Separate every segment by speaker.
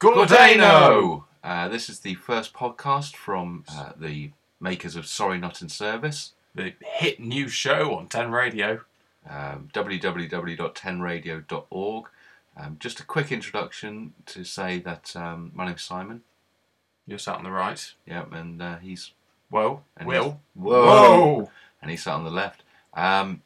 Speaker 1: Gordano! Uh, this is the first podcast from uh, the makers of Sorry Not in Service.
Speaker 2: The hit new show on 10 Radio.
Speaker 1: um, www.10radio.org. Um, just a quick introduction to say that um, my name's Simon.
Speaker 2: You're sat on the right.
Speaker 1: Yeah, and uh, he's
Speaker 2: Well,
Speaker 1: and he's-
Speaker 2: Will.
Speaker 1: and he's sat on the left. Um,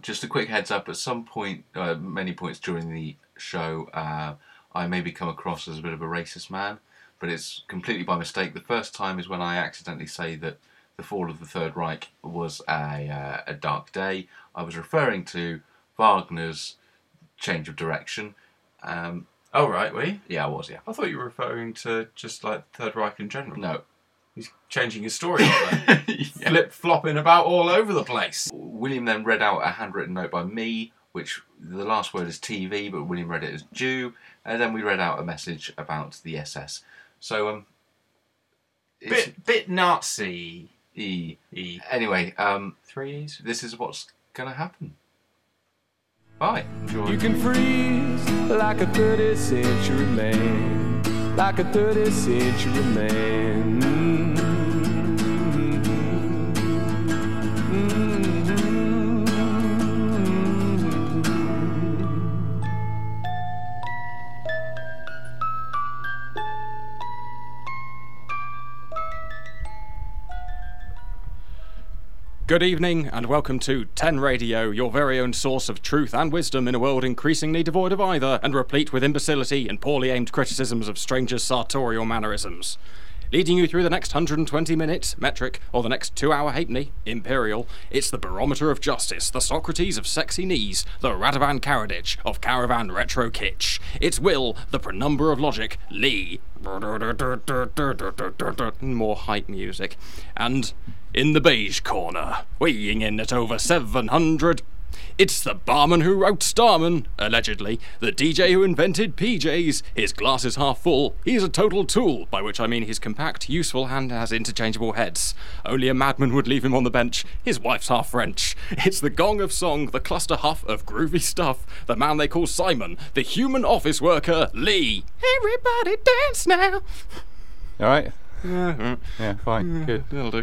Speaker 1: just a quick heads up: at some point, uh, many points during the show, uh, I maybe come across as a bit of a racist man, but it's completely by mistake. The first time is when I accidentally say that the fall of the Third Reich was a, uh, a dark day. I was referring to Wagner's change of direction. Um,
Speaker 2: Oh, right, we.
Speaker 1: yeah, I was. Yeah,
Speaker 2: I thought you were referring to just like Third Reich in general.
Speaker 1: no.
Speaker 2: He's changing his story up there.
Speaker 1: Yeah.
Speaker 2: Flip flopping about all over the place.
Speaker 1: William then read out a handwritten note by me, which the last word is TV, but William read it as Jew, and then we read out a message about the SS. So, um, it's
Speaker 2: Bit, bit Nazi.
Speaker 1: e.
Speaker 2: E.
Speaker 1: Anyway, um,
Speaker 2: Three E's.
Speaker 1: this is what's gonna happen. Bye.
Speaker 3: You can freeze like a 30th century man, like a 30th century man. Good evening and welcome to 10 Radio, your very own source of truth and wisdom in a world increasingly devoid of either and replete with imbecility and poorly aimed criticisms of strangers' sartorial mannerisms. Leading you through the next 120 minutes, metric, or the next two hour halfpenny, imperial, it's the barometer of justice, the Socrates of sexy knees, the Radovan Karadzic of caravan retro kitsch. It's Will, the penumbra of logic, Lee. More hype music. And in the beige corner, weighing in at over 700. It's the barman who wrote Starman, allegedly, the DJ who invented PJs. His glass is half full. He's a total tool, by which I mean his compact, useful hand has interchangeable heads. Only a madman would leave him on the bench. His wife's half French. It's the gong of song, the cluster huff of groovy stuff. The man they call Simon, the human office worker, Lee. Everybody dance now.
Speaker 4: All right. Yeah, fine. Good.
Speaker 3: That'll do.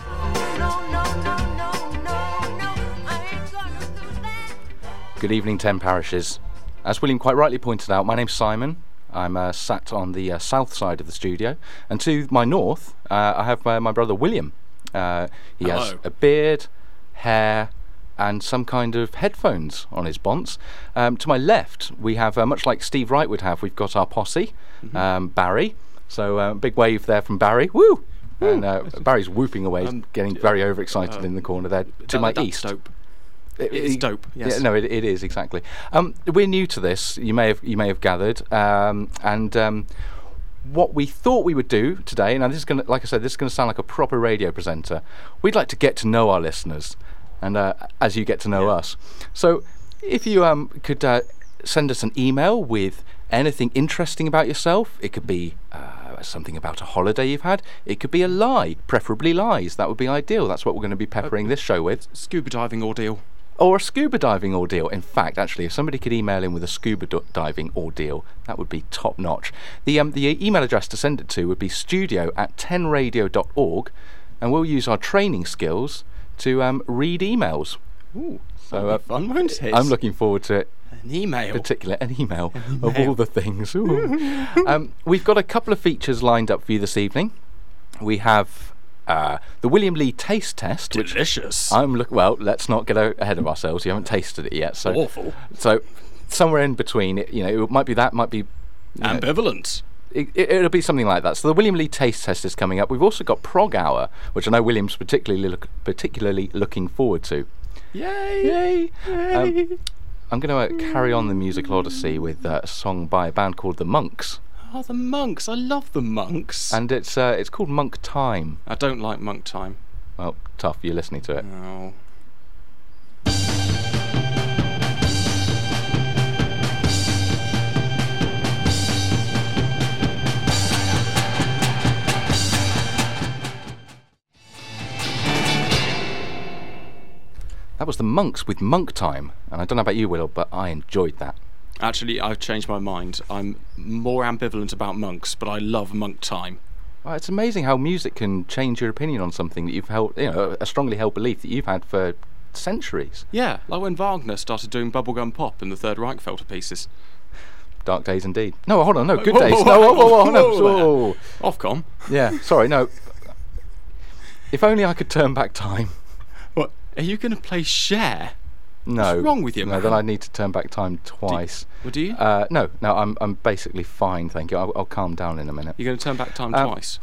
Speaker 5: no, no, no, no, no, no. I ain't gonna do that.
Speaker 4: Good evening, ten parishes. As William quite rightly pointed out, my name's Simon. I'm uh, sat on the uh, south side of the studio, and to my north, uh, I have my, my brother William. Uh, he has
Speaker 3: Hello.
Speaker 4: a beard, hair, and some kind of headphones on his bonce. Um, to my left, we have, uh, much like Steve Wright would have, we've got our posse, um, Barry. So uh, big wave there from Barry. Woo! And uh, Barry's whooping away, he's getting very overexcited in the corner there. To my
Speaker 3: That's
Speaker 4: east,
Speaker 3: dope.
Speaker 4: It-
Speaker 3: It is
Speaker 4: it-
Speaker 3: dope, yes.
Speaker 4: Yeah, no, it, it is exactly. Um, we're new to this. You may have you may have gathered, um, and um, what we thought we would do today. Now, this is going to, like I said, this is going to sound like a proper radio presenter. We'd like to get to know our listeners, and uh, as you get to know us, so if you um, could uh, send us an email with anything interesting about yourself, it could be. Uh, Something about a holiday you've had. It could be a lie, preferably lies. That would be ideal. That's what we're going to be peppering this show with
Speaker 3: Scuba diving ordeal.
Speaker 4: or a scuba diving ordeal. In fact, actually, if somebody could email in with a scuba d- diving ordeal, that would be top notch. The, um, the email address to send it to would be studio at 10radio.org, and we'll use our training skills to um, read emails.
Speaker 3: Ooh,
Speaker 4: So, uh,
Speaker 3: fun, won't it?
Speaker 4: I'm looking forward to it
Speaker 3: An email.
Speaker 4: particular an email of all the things. Ooh. um, we've got a couple of features lined up for you this evening. We have uh, the William Lee taste test, which
Speaker 3: Delicious.
Speaker 4: I'm look. Well, let's not get o- ahead of ourselves. You haven't tasted it yet, so
Speaker 3: Awful.
Speaker 4: So somewhere in between, it- you know, it might be that, might be.
Speaker 3: Ambivalent.
Speaker 4: It, it, it'll be something like that. So the William Lee taste test is coming up. We've also got Prog Hour, which I know William's particularly look, particularly looking forward to.
Speaker 3: Yay.
Speaker 4: Yay! I'm going to uh, carry on the musical odyssey with uh, a song by a band called The Monks,
Speaker 3: Oh, the monks. I love the monks.
Speaker 4: and it's uh, it's called Monk Time.
Speaker 3: I don't like monk time.
Speaker 4: Well, tough. You're listening to it.
Speaker 3: Oh.
Speaker 4: That was the monks with monk time, and I don't know about you, Will, but I enjoyed that.
Speaker 3: Actually, I've changed my mind. I'm more ambivalent about monks, but I love monk time.
Speaker 4: Well, it's amazing how music can change your opinion on something that you've held, you know, a strongly held belief that you've had for centuries.
Speaker 3: Yeah, like when Wagner started doing bubblegum pop and the Third Reich fell to pieces.
Speaker 4: Dark days indeed. No, hold on, no, good
Speaker 3: Whoa,
Speaker 4: days.
Speaker 3: whoa,
Speaker 4: No, whoa, whoa, whoa, no,
Speaker 3: whoa, whoa.
Speaker 4: whoa.
Speaker 3: Ofcom?
Speaker 4: Yeah, sorry, no. If only I could turn back time.
Speaker 3: What? Are you going to play Share?
Speaker 4: No.
Speaker 3: What's wrong with you,
Speaker 4: No,
Speaker 3: man?
Speaker 4: then I'd need to turn back time twice.
Speaker 3: Well, do you?
Speaker 4: Uh, no, no, I'm I'm basically fine, thank you. I'll, I'll calm down in a minute.
Speaker 3: You're going to turn back time
Speaker 4: um,
Speaker 3: twice?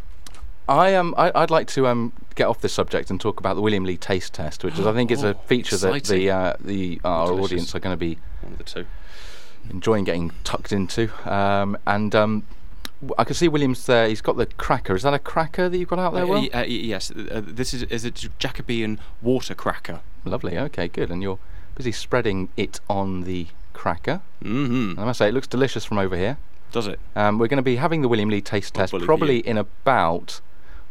Speaker 4: I um I, I'd like to um get off this subject and talk about the William Lee taste test, which is I think is a
Speaker 3: Oh,
Speaker 4: feature that
Speaker 3: exciting.
Speaker 4: the uh, the our
Speaker 3: delicious.
Speaker 4: audience are going to be
Speaker 3: One of the two.
Speaker 4: enjoying getting tucked into. Um, and um, w- I can see Williams there. He's got the cracker. Is that a cracker that you've got out there?
Speaker 3: Uh,
Speaker 4: Will?
Speaker 3: y- uh, y- yes, uh, uh, this is, is a J- Jacobean water cracker.
Speaker 4: Lovely. Okay, good. And you're busy spreading it on the cracker.
Speaker 3: Mm
Speaker 4: And
Speaker 3: hmm.
Speaker 4: I must say, it looks delicious from over here.
Speaker 3: Does it?
Speaker 4: Um, we're going to be having the William Lee taste test
Speaker 3: Oh, bully for
Speaker 4: probably
Speaker 3: you.
Speaker 4: in about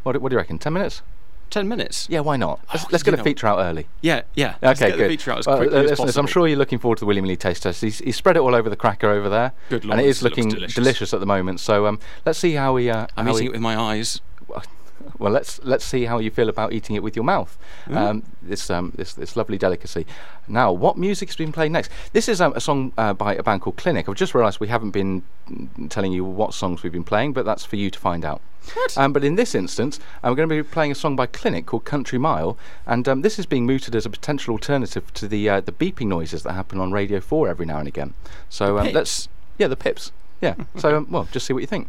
Speaker 4: what, do- what do you reckon? Ten minutes?
Speaker 3: Ten minutes?
Speaker 4: Yeah, why not? Let's,
Speaker 3: Oh,
Speaker 4: let's get
Speaker 3: you
Speaker 4: a
Speaker 3: know-
Speaker 4: feature out early.
Speaker 3: Yeah, yeah. Let's
Speaker 4: Okay,
Speaker 3: get
Speaker 4: good.
Speaker 3: the feature out as
Speaker 4: Well,
Speaker 3: quickly
Speaker 4: uh,
Speaker 3: as
Speaker 4: listeners,
Speaker 3: possible.
Speaker 4: I'm sure you're looking forward to the William Lee taste test. He's, he's spread it all over the cracker over there,
Speaker 3: Good
Speaker 4: and
Speaker 3: lord,
Speaker 4: it is
Speaker 3: it looks
Speaker 4: looking
Speaker 3: delicious.
Speaker 4: at the moment. So um, let's see how we. Uh,
Speaker 3: I'm
Speaker 4: how
Speaker 3: eating
Speaker 4: we-
Speaker 3: it with my eyes.
Speaker 4: well, let's let's see how you feel about eating it with your mouth. Um, this um, this this lovely delicacy. Now, what music's been played next? This is um, a song uh, by a band called Clinic. I've just realised we haven't been mm, telling you what songs we've been playing, but that's for you to find out. Um, but in this instance, I'm going to be playing a song by Clinic called Country Mile, and um, this is being mooted as a potential alternative to the uh, the beeping noises that happen on Radio Four every now and again. So um, let's
Speaker 3: pips?
Speaker 4: yeah, the pips. Yeah. so um, well, just see what you think.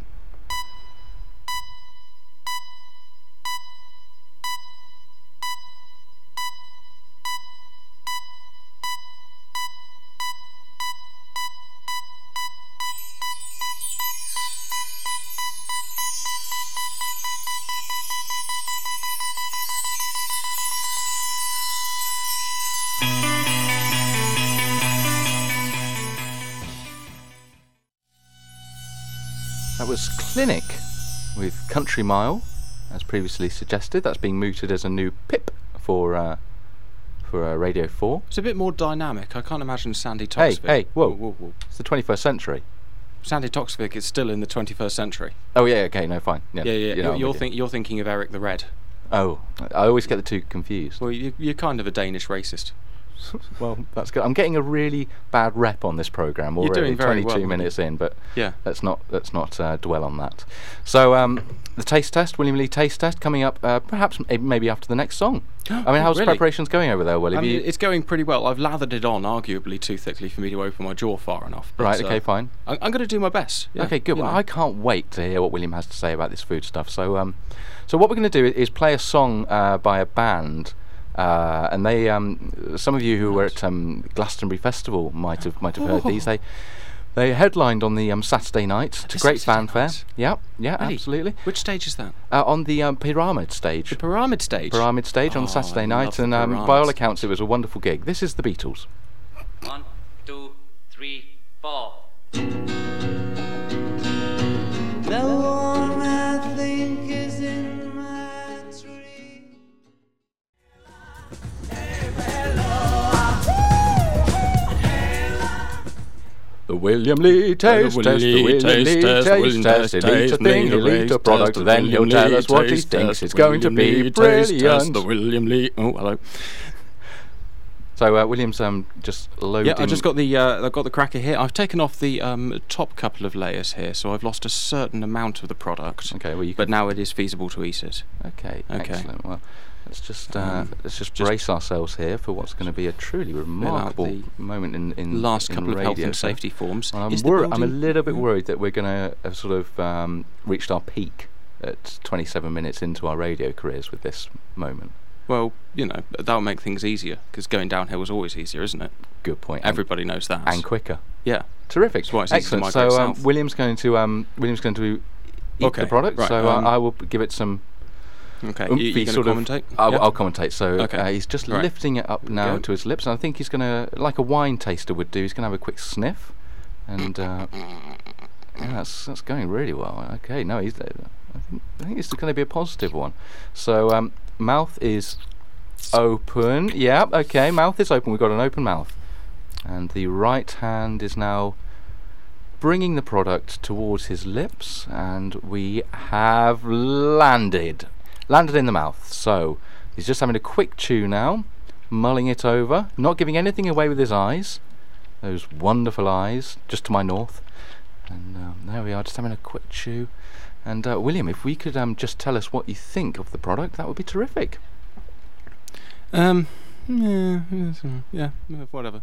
Speaker 4: That was Clinic with Country Mile, as previously suggested. That's being mooted as a new pip for uh, for uh, Radio 4.
Speaker 3: It's a bit more dynamic. I can't imagine Sandy
Speaker 4: Hey,
Speaker 3: Toksvig.
Speaker 4: hey, whoa.
Speaker 3: whoa, whoa.
Speaker 4: It's the 21st century.
Speaker 3: Sandy Toksvig is still in the 21st century.
Speaker 4: Oh, yeah, okay, no, fine. Yeah,
Speaker 3: Yeah, yeah.
Speaker 4: you know,
Speaker 3: You're,
Speaker 4: I'm
Speaker 3: you're,
Speaker 4: with you.
Speaker 3: think, you're thinking of Eric the Red.
Speaker 4: Oh, I always get the two confused.
Speaker 3: Well, you, you're kind of a Danish racist.
Speaker 4: Well, that's good. I'm getting a really bad rep on this program
Speaker 3: You're
Speaker 4: already.
Speaker 3: doing very
Speaker 4: 22
Speaker 3: well.
Speaker 4: minutes in, but
Speaker 3: Yeah.
Speaker 4: let's not let's not uh, dwell on that. So um, the taste test, William Lee taste test, coming up uh, perhaps m- maybe after the next song. I mean, how's
Speaker 3: Really?
Speaker 4: preparations going over there, Will? Have
Speaker 3: I mean,
Speaker 4: you-
Speaker 3: it's going pretty well. I've lathered it on, arguably too thickly for me to open my jaw far enough. but,
Speaker 4: right,
Speaker 3: uh,
Speaker 4: okay, fine.
Speaker 3: I'm, I'm going to do my best. yeah,
Speaker 4: okay, good.
Speaker 3: you
Speaker 4: Well,
Speaker 3: know.
Speaker 4: I can't wait to hear what William has to say about this food stuff. So, um, so what we're going to do is play a song uh, by a band, uh, and they, um, some of you who were at um, Glastonbury Festival might have might have
Speaker 3: Oh.
Speaker 4: heard these. They they headlined on the um, Saturday night to
Speaker 3: this
Speaker 4: great
Speaker 3: Saturday
Speaker 4: fanfare.
Speaker 3: night?
Speaker 4: Yeah, yeah,
Speaker 3: Really?
Speaker 4: absolutely.
Speaker 3: Which stage is that?
Speaker 4: Uh, on the um, Pyramid stage.
Speaker 3: The pyramid stage.
Speaker 4: Pyramid stage
Speaker 3: Oh,
Speaker 4: on Saturday
Speaker 3: I love
Speaker 4: night,
Speaker 3: the
Speaker 4: and um, by all
Speaker 3: Pyramids.
Speaker 4: accounts, it was a wonderful gig. This is the Beatles.
Speaker 6: One, two, three, four.
Speaker 7: The one I think is in my tree.
Speaker 4: The William Lee taste
Speaker 3: William
Speaker 4: test, the
Speaker 3: Lee
Speaker 4: William
Speaker 3: taste
Speaker 4: Lee
Speaker 3: test,
Speaker 4: taste
Speaker 3: William
Speaker 4: test.
Speaker 3: taste
Speaker 4: He'll eat a
Speaker 3: taste,
Speaker 4: thing, he'll eat
Speaker 3: William
Speaker 4: a
Speaker 3: taste
Speaker 4: product,
Speaker 3: test,
Speaker 4: then
Speaker 3: the
Speaker 4: he'll
Speaker 3: William
Speaker 4: tell
Speaker 3: Lee
Speaker 4: us what he
Speaker 3: taste
Speaker 4: thinks.
Speaker 3: test,
Speaker 4: It's going to
Speaker 3: William
Speaker 4: be
Speaker 3: Lee taste test,
Speaker 4: brilliant.
Speaker 3: The William Lee. Oh, hello.
Speaker 4: So uh, William's um, just loading.
Speaker 3: Yeah, I just got the uh, I've got the cracker here. I've taken off the um, top couple of layers here, so I've lost a certain amount of the product.
Speaker 4: Okay, well you
Speaker 3: But now it is feasible to eat it.
Speaker 4: Okay,
Speaker 3: Okay.
Speaker 4: excellent. Well, let's just uh,
Speaker 3: Um,
Speaker 4: let's just,
Speaker 3: just-
Speaker 4: brace ourselves here for what's going to be a truly remarkable
Speaker 3: the
Speaker 4: moment in in
Speaker 3: Last
Speaker 4: in
Speaker 3: couple of health
Speaker 4: radio,
Speaker 3: and
Speaker 4: so-
Speaker 3: safety forms.
Speaker 4: Well, I'm,
Speaker 3: Is the
Speaker 4: worri- I'm a
Speaker 3: building-
Speaker 4: little bit worried that we're going to have sort of um, reached our peak at 27 minutes into our radio careers with this moment.
Speaker 3: Well, you know that'll make things easier because going downhill is always easier, isn't it?
Speaker 4: Good point. And-
Speaker 3: Everybody knows that.
Speaker 4: and quicker.
Speaker 3: yeah.
Speaker 4: Terrific.
Speaker 3: That's why it's easy to
Speaker 4: Excellent. So
Speaker 3: migrate
Speaker 4: um,
Speaker 3: south.
Speaker 4: William's going to um, William's going to eat
Speaker 3: Okay,
Speaker 4: the product.
Speaker 3: right,
Speaker 4: so
Speaker 3: um,
Speaker 4: uh, I will give it some.
Speaker 3: Okay.
Speaker 4: oomphy
Speaker 3: You, you gonna
Speaker 4: sort of-
Speaker 3: commentate?
Speaker 4: I'll,
Speaker 3: Yeah?
Speaker 4: I'll commentate. So
Speaker 3: Okay.
Speaker 4: uh, he's just
Speaker 3: Right.
Speaker 4: lifting it up
Speaker 3: we
Speaker 4: now
Speaker 3: go.
Speaker 4: to his lips, and I think he's going to, like a wine taster would do, he's going to have a quick sniff, and uh, yeah, that's that's going really well. Okay, no, he's. I think, I think this is going to be a positive one. So um, mouth is open. Yeah, okay, mouth is open. We've got an open mouth. And the right hand is now bringing the product towards his lips, and we have landed. Landed in the mouth. So he's just having a quick chew now, mulling it over, not giving anything away with his eyes. Those wonderful eyes, just to my north. And um, there we are, just having a quick chew. And uh, William, if we could um, just tell us what you think of the product, that would be terrific.
Speaker 3: Um, yeah, yes, mm, yeah, uh, whatever.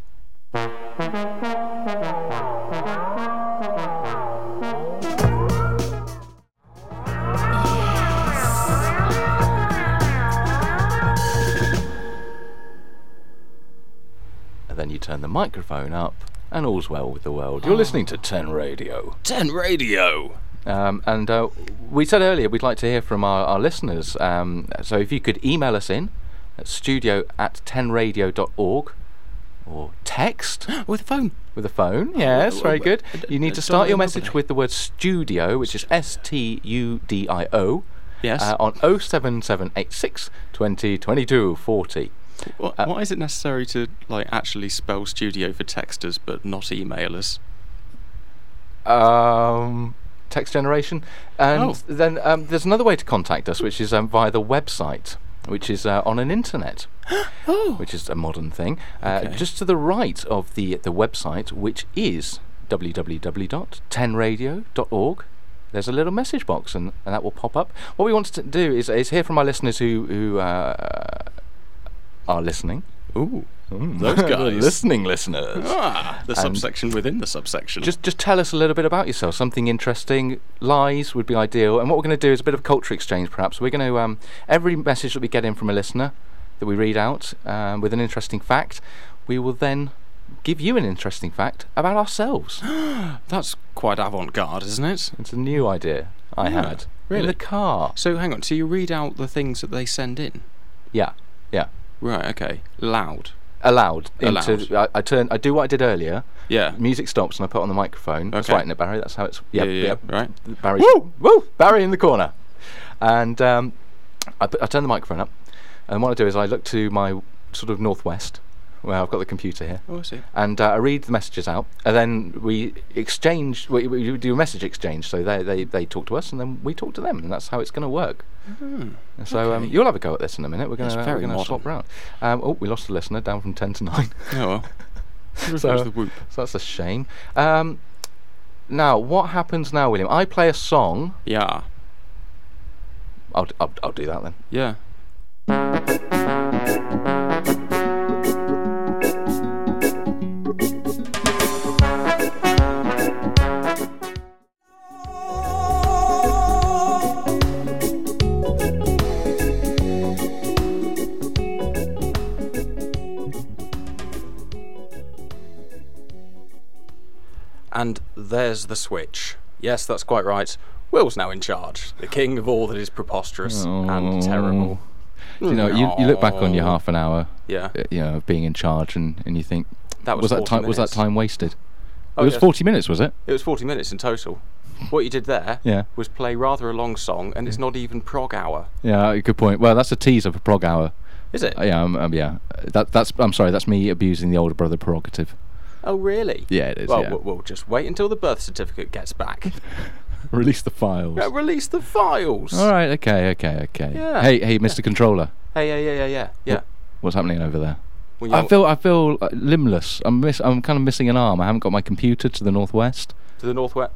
Speaker 4: And then you turn the microphone up, and all's well with the world. You're listening to Ten Radio.
Speaker 3: Ten Radio.
Speaker 4: Um, and uh, we said earlier we'd like to hear from our, our listeners. Um, so if you could email us in at studio at tenradio.org or text
Speaker 3: With Oh, the phone.
Speaker 4: with a phone. Yes,
Speaker 3: uh,
Speaker 4: very
Speaker 3: uh,
Speaker 4: good.
Speaker 3: uh,
Speaker 4: You need
Speaker 3: uh,
Speaker 4: to start your
Speaker 3: dial
Speaker 4: message
Speaker 3: number.
Speaker 4: with the word studio, which is S T U D I O.
Speaker 3: Yes.
Speaker 4: Uh, on 07786 20 22 40.
Speaker 3: Wh- why is it necessary to like actually spell studio for texters but not emailers?
Speaker 4: um, text generation. And
Speaker 3: Oh.
Speaker 4: then um, there's another way to contact us, which is um, via the website, which is uh, on an internet, which is a modern thing. Uh,
Speaker 3: Oh. Okay.
Speaker 4: Just to the right of the, the website, which is www.tenradio.org. There's a little message box, and, and that will pop up. What we want to do is, is hear from our listeners who, who uh, are listening.
Speaker 3: Ooh, those guys.
Speaker 4: listening listeners.
Speaker 3: Ah, the
Speaker 4: And-
Speaker 3: subsection within the subsection.
Speaker 4: Just, just tell us a little bit about yourself. Something interesting. Lies would be ideal. And what we're going to do is a bit of culture exchange, perhaps. We're going to um, every message that we get in from a listener that we read out um, with an interesting fact, we will then give you an interesting fact about ourselves.
Speaker 3: that's quite avant-garde, isn't it?
Speaker 4: it's a new idea I
Speaker 3: Yeah,
Speaker 4: had in
Speaker 3: really?
Speaker 4: the car.
Speaker 3: So hang on, so you read out the things that they send in.
Speaker 4: Yeah, yeah.
Speaker 3: Right, okay. Loud.
Speaker 4: Allowed. into-
Speaker 3: Allowed.
Speaker 4: I, I turn. I do what I did earlier.
Speaker 3: Yeah.
Speaker 4: Music stops and I put on the microphone. That's
Speaker 3: Okay.
Speaker 4: right, isn't it, Barry? That's how it's.
Speaker 3: Yeah,
Speaker 4: Yep,
Speaker 3: yeah,
Speaker 4: yep.
Speaker 3: yeah, right.
Speaker 4: Barry.
Speaker 3: Woo!
Speaker 4: woo, Barry in the corner, and um, I, put, I turn the microphone up, and what I do is I look to my sort of northwest, where I've got the computer here,
Speaker 3: Oh, I see.
Speaker 4: and uh, I read the messages out, and then we exchange, we, we do a message exchange. So they, they they talk to us, and then we talk to them, and that's how it's going to work. So um,
Speaker 3: Mm-hmm. okay.
Speaker 4: you'll have a go at this in a minute. We're going
Speaker 3: That's
Speaker 4: to
Speaker 3: very
Speaker 4: going to swap
Speaker 3: modern.
Speaker 4: round. Um, oh, we lost the listener down from ten to nine.
Speaker 3: Oh well. Where's
Speaker 4: So-
Speaker 3: the whoop?
Speaker 4: so that's a shame. Um, now, what happens now, William? I play a song.
Speaker 3: Yeah.
Speaker 4: I'll, d- I'll, I'll do that then.
Speaker 3: Yeah. And there's the switch. Yes, that's quite right. Will's now in charge, the king of all that is preposterous and terrible.
Speaker 4: Oh. You know, you, you look back on your
Speaker 3: No.
Speaker 4: half an hour,
Speaker 3: Yeah.
Speaker 4: uh, you know, of being in charge, and, and you think
Speaker 3: That was
Speaker 4: that
Speaker 3: 40
Speaker 4: time was that
Speaker 3: minutes.
Speaker 4: time wasted?
Speaker 3: Oh,
Speaker 4: it was
Speaker 3: yes.
Speaker 4: forty minutes, was it?
Speaker 3: It was 40 minutes in total. What you did there
Speaker 4: Yeah.
Speaker 3: was play rather a long song, and it's not even prog hour,
Speaker 4: Yeah, good point. Well, that's a teaser for prog hour.
Speaker 3: is it?
Speaker 4: Uh, yeah, um, um, yeah. Uh, That, that's I'm sorry, that's me abusing the older brother prerogative.
Speaker 3: Oh, really?
Speaker 4: Yeah, it is,
Speaker 3: Well,
Speaker 4: yeah.
Speaker 3: we'll, we'll just wait until the birth certificate gets back.
Speaker 4: Release the files.
Speaker 3: Yeah, Release the files.
Speaker 4: All right, okay, okay, okay.
Speaker 3: Yeah.
Speaker 4: Hey, hey, Mr. Controller,
Speaker 3: Hey, yeah, yeah, yeah, yeah. yeah.
Speaker 4: what's happening over there?
Speaker 3: Well,
Speaker 4: I
Speaker 3: you-
Speaker 4: feel I feel uh, limbless. I'm miss, I'm kind of missing an arm. I haven't got my computer to the northwest.
Speaker 3: to the northwest.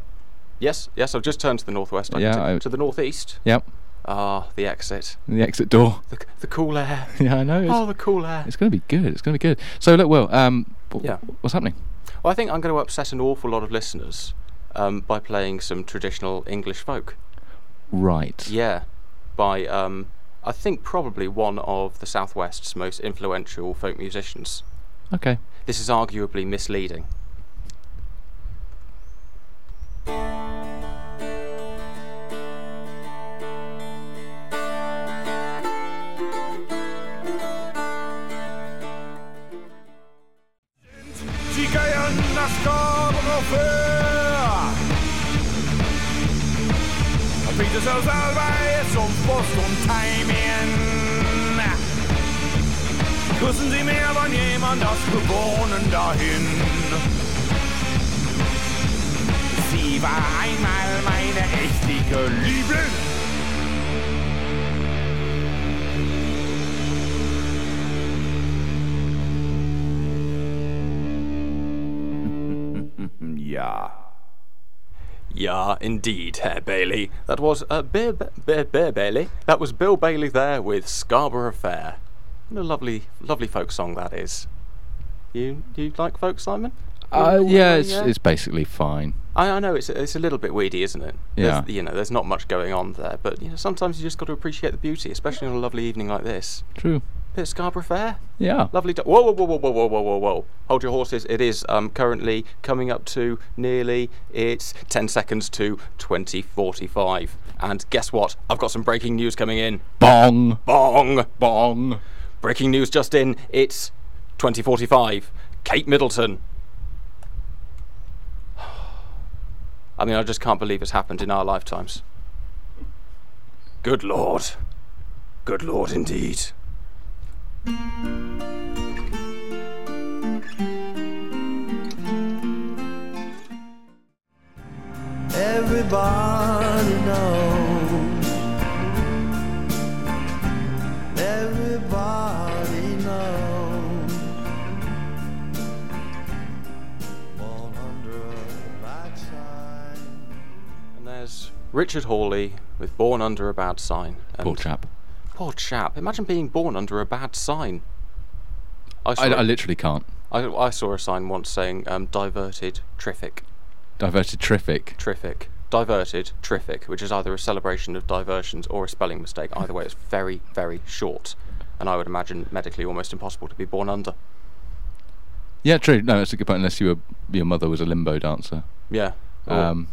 Speaker 3: Yes, yes, I've just turned to the northwest. I can
Speaker 4: Yeah,
Speaker 3: see-
Speaker 4: I-
Speaker 3: to the northeast.
Speaker 4: Yep,
Speaker 3: Ah, the exit.
Speaker 4: the exit door.
Speaker 3: The, c- the cool air.
Speaker 4: yeah, I know. It's,
Speaker 3: Oh, the cool air.
Speaker 4: It's going to be good. It's going to be good. So look, well, um, w-
Speaker 3: Yeah.
Speaker 4: what's happening?
Speaker 3: Well, I think I'm going to upset an awful lot of listeners um, by playing some traditional English folk.
Speaker 4: Right.
Speaker 3: Yeah, by um, I think probably one of the Southwest's most influential folk musicians.
Speaker 4: Okay.
Speaker 3: This is arguably misleading.
Speaker 8: Čigają na skorofea Og Peter så salvej som på stund timingen küssen sie mehr wann jemand das Bewohnen dahin. Sie war einmal meine echt dicke Liebling. Ja.
Speaker 3: Yeah, indeed, Herr Bailey. That was uh, Bear, Ba- Bear, Bear Bailey. That was Bill Bailey there with Scarborough Fair. And a lovely, lovely folk song that is. You, you like folk, Simon?
Speaker 4: Uh, yeah, it's,
Speaker 3: Oh, yeah.
Speaker 4: it's basically fine.
Speaker 3: I, I know it's it's a little bit weedy, isn't it? There's-
Speaker 4: Yeah.
Speaker 3: you know, there's not much going on there, but you know, sometimes you just got to appreciate the beauty, especially on a lovely evening like this.
Speaker 4: True.
Speaker 3: Bit of Scarborough Fair.
Speaker 4: Yeah.
Speaker 3: Lovely. Do- whoa, whoa, whoa, whoa, whoa, whoa, whoa, whoa, whoa. Hold your horses. It is um, currently coming up to nearly, it's 10 seconds to 2045. And guess what? I've got some breaking news coming in.
Speaker 4: Bong.
Speaker 3: Bong!
Speaker 4: Bong.
Speaker 3: Breaking news just in. It's 2045. Kate Middleton. I mean, I just can't believe it's happened in our lifetimes. Good lord. Good lord indeed.
Speaker 7: Everybody knows. Everybody knows. Born under a bad sign.
Speaker 3: And there's Richard Hawley with Born Under a Bad Sign. And
Speaker 4: Poor chap.
Speaker 3: Poor chap. Imagine being born under a bad sign. I saw,
Speaker 4: I, I
Speaker 3: I,
Speaker 4: literally can't.
Speaker 3: I saw a sign once saying um, diverted terrific.
Speaker 4: Diverted terrific.
Speaker 3: Terrific. Diverted terrific, which is either a celebration of diversions or a spelling mistake. Either way, it's very, very short. And I would imagine medically almost impossible to be born under.
Speaker 4: Yeah, true. No, that's a good point. Unless you were, your mother was a limbo dancer.
Speaker 3: Yeah.
Speaker 4: Um,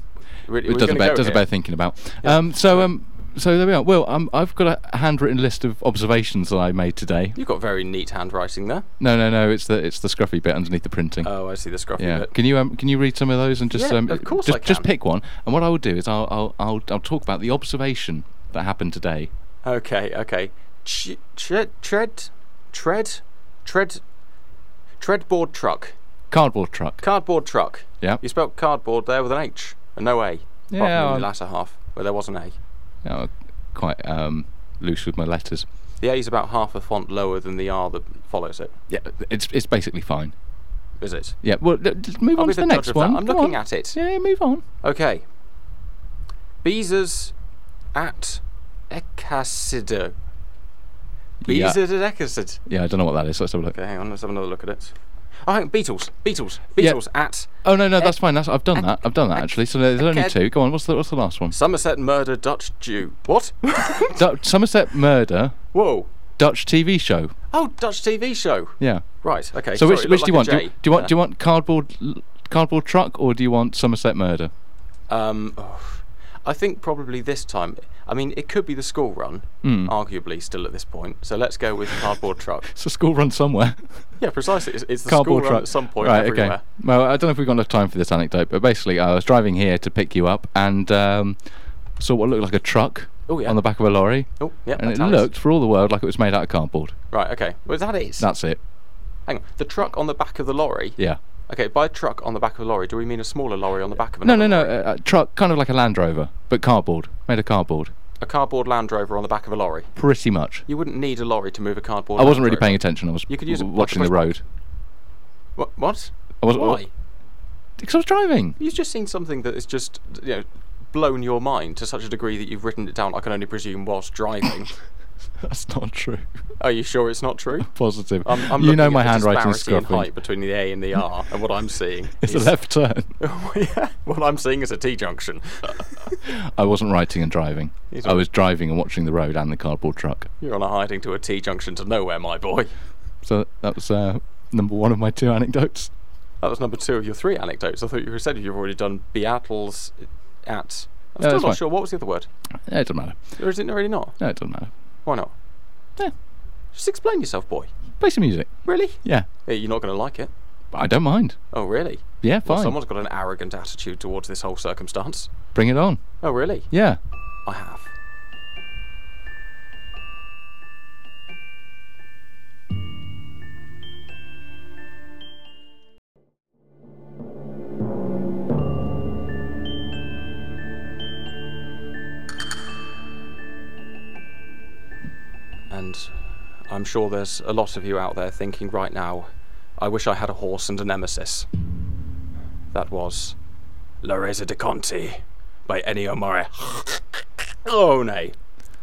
Speaker 3: Really,
Speaker 4: it
Speaker 3: we're
Speaker 4: does a
Speaker 3: Oh, gonna
Speaker 4: bear,
Speaker 3: go
Speaker 4: does a
Speaker 3: here?
Speaker 4: bear thinking about. Um, so um, so there we are. Well, um, I've got a handwritten list of observations that I made today.
Speaker 3: You've got very neat handwriting there.
Speaker 4: No, no, no. It's the it's the scruffy bit underneath the printing.
Speaker 3: Oh, I see the scruffy
Speaker 4: yeah.
Speaker 3: bit.
Speaker 4: Can you um, can you read some of those and just
Speaker 3: Yeah,
Speaker 4: um,
Speaker 3: of course
Speaker 4: just,
Speaker 3: I
Speaker 4: just
Speaker 3: can.
Speaker 4: pick one. And what I will do is I'll I'll I'll, I'll talk about the observation that happened today.
Speaker 3: Okay, okay. Ch- tread, tread, tread, tread, treadboard truck,
Speaker 4: Cardboard truck.
Speaker 3: cardboard truck.
Speaker 4: yeah.
Speaker 3: You spelt cardboard there with an H and no A. apart
Speaker 4: Yeah,
Speaker 3: from in
Speaker 4: I'm-
Speaker 3: the latter half where there was an A.
Speaker 4: Yeah, I'm Oh, quite um, loose with my letters.
Speaker 3: The A is about half a font lower than the R that follows it.
Speaker 4: Yeah. It's it's basically fine.
Speaker 3: Is it?
Speaker 4: Yeah. Well, l- l- move
Speaker 3: I'll
Speaker 4: on
Speaker 3: be
Speaker 4: to the,
Speaker 3: the judge
Speaker 4: next
Speaker 3: of that.
Speaker 4: one.
Speaker 3: I'm
Speaker 4: Go
Speaker 3: looking
Speaker 4: on.
Speaker 3: at it.
Speaker 4: Yeah. Move on.
Speaker 3: Okay. Beezers at Ecasido.
Speaker 4: Yeah.
Speaker 3: Beezers at Ecasido.
Speaker 4: Yeah. I don't know what that is. Let's have a look.
Speaker 3: Okay, hang on, let's have another look at it. Oh, hang on, Beatles, Beatles, Beatles at
Speaker 4: Oh no, no, that's fine. That's I've done that. I've done that actually. So there's only
Speaker 3: okay.
Speaker 4: two. Go on. What's the what's the last one?
Speaker 3: Somerset murder Dutch Jew. What?
Speaker 4: Du- Somerset murder,
Speaker 3: Whoa.
Speaker 4: Dutch TV show.
Speaker 3: Oh, Dutch TV show.
Speaker 4: Yeah.
Speaker 3: Right.
Speaker 4: So
Speaker 3: Okay. sorry,
Speaker 4: which
Speaker 3: it
Speaker 4: which
Speaker 3: looked
Speaker 4: do you want?
Speaker 3: like a
Speaker 4: Do you,
Speaker 3: J
Speaker 4: do you want do you
Speaker 3: there.
Speaker 4: want cardboard l- cardboard truck or do you want Somerset murder?
Speaker 3: Um, oh, I think probably this time. I mean, it could be the school run,
Speaker 4: Hmm.
Speaker 3: arguably still at this point. So let's go with cardboard truck.
Speaker 4: It's a school run somewhere.
Speaker 3: Yeah, precisely. It's, it's the
Speaker 4: cardboard
Speaker 3: school
Speaker 4: truck
Speaker 3: run at some point
Speaker 4: Right.
Speaker 3: everywhere.
Speaker 4: Okay. Well, I don't know if we've got enough time for this anecdote, but basically, I was driving here to pick you up and um, saw what looked like a truck
Speaker 3: Oh, yeah.
Speaker 4: on the back of a lorry,
Speaker 3: Oh, yeah.
Speaker 4: and
Speaker 3: that
Speaker 4: it
Speaker 3: tallies.
Speaker 4: looked, for all the world, like it was made out of cardboard.
Speaker 3: right. Okay. Well, that is.
Speaker 4: That's it.
Speaker 3: Hang on. The truck on the back of the lorry.
Speaker 4: Yeah.
Speaker 3: Okay. By truck on the back of a lorry, do we mean a smaller lorry on the back of
Speaker 4: No,
Speaker 3: another?
Speaker 4: no, no.
Speaker 3: lorry?
Speaker 4: A, a truck, kind of like a Land Rover, but cardboard, made of cardboard,
Speaker 3: A cardboard Land Rover on the back of a lorry.
Speaker 4: pretty much.
Speaker 3: You wouldn't need a lorry to move a cardboard.
Speaker 4: I wasn't really
Speaker 3: Land
Speaker 4: paying attention. I was
Speaker 3: You could use a-
Speaker 4: w-
Speaker 3: like a
Speaker 4: watching the
Speaker 3: push
Speaker 4: road.
Speaker 3: button. Rover. Wha- What?
Speaker 4: I wasn't
Speaker 3: Why?
Speaker 4: because I was driving.
Speaker 3: You've just seen something that has just you know blown your mind to such a degree that you've written it down. I can only presume whilst driving.
Speaker 4: That's not true.
Speaker 3: Are you sure it's not true?
Speaker 4: Positive.
Speaker 3: I'm, I'm
Speaker 4: you
Speaker 3: looking
Speaker 4: know
Speaker 3: at
Speaker 4: my
Speaker 3: the
Speaker 4: handwriting is
Speaker 3: disparity in
Speaker 4: scruffy.
Speaker 3: height between the A and the R, and what I'm seeing.
Speaker 4: It's a
Speaker 3: is- Oh,
Speaker 4: left turn.
Speaker 3: yeah, what I'm seeing is a T junction.
Speaker 4: I wasn't writing and driving.
Speaker 3: He's
Speaker 4: I
Speaker 3: all-
Speaker 4: was driving and watching the road and the cardboard truck.
Speaker 3: You're on a hiding to a T junction to nowhere, my boy.
Speaker 4: So that was uh, number one of my two anecdotes.
Speaker 3: That was number two of your three anecdotes. I thought you said you've already done Beatles at. I'm
Speaker 4: No,
Speaker 3: still
Speaker 4: that's
Speaker 3: not
Speaker 4: fine.
Speaker 3: sure. What was the other word?
Speaker 4: No, it doesn't matter.
Speaker 3: Or is it really not?
Speaker 4: No, it doesn't matter.
Speaker 3: Why not?
Speaker 4: Yeah.
Speaker 3: Just explain yourself, boy.
Speaker 4: Play some music.
Speaker 3: Really?
Speaker 4: Yeah.
Speaker 3: Yeah, you're not going to like it.
Speaker 4: I don't mind.
Speaker 3: Oh, really?
Speaker 4: Yeah,
Speaker 3: Well,
Speaker 4: fine.
Speaker 3: someone's got an arrogant attitude towards this whole circumstance.
Speaker 4: Bring it on.
Speaker 3: Oh, really?
Speaker 4: Yeah.
Speaker 3: I have. I'm sure there's a lot of you out there thinking right now, I wish I had a horse and a nemesis. That was La Resa de Conti by Ennio
Speaker 4: Oh,
Speaker 3: Morricone,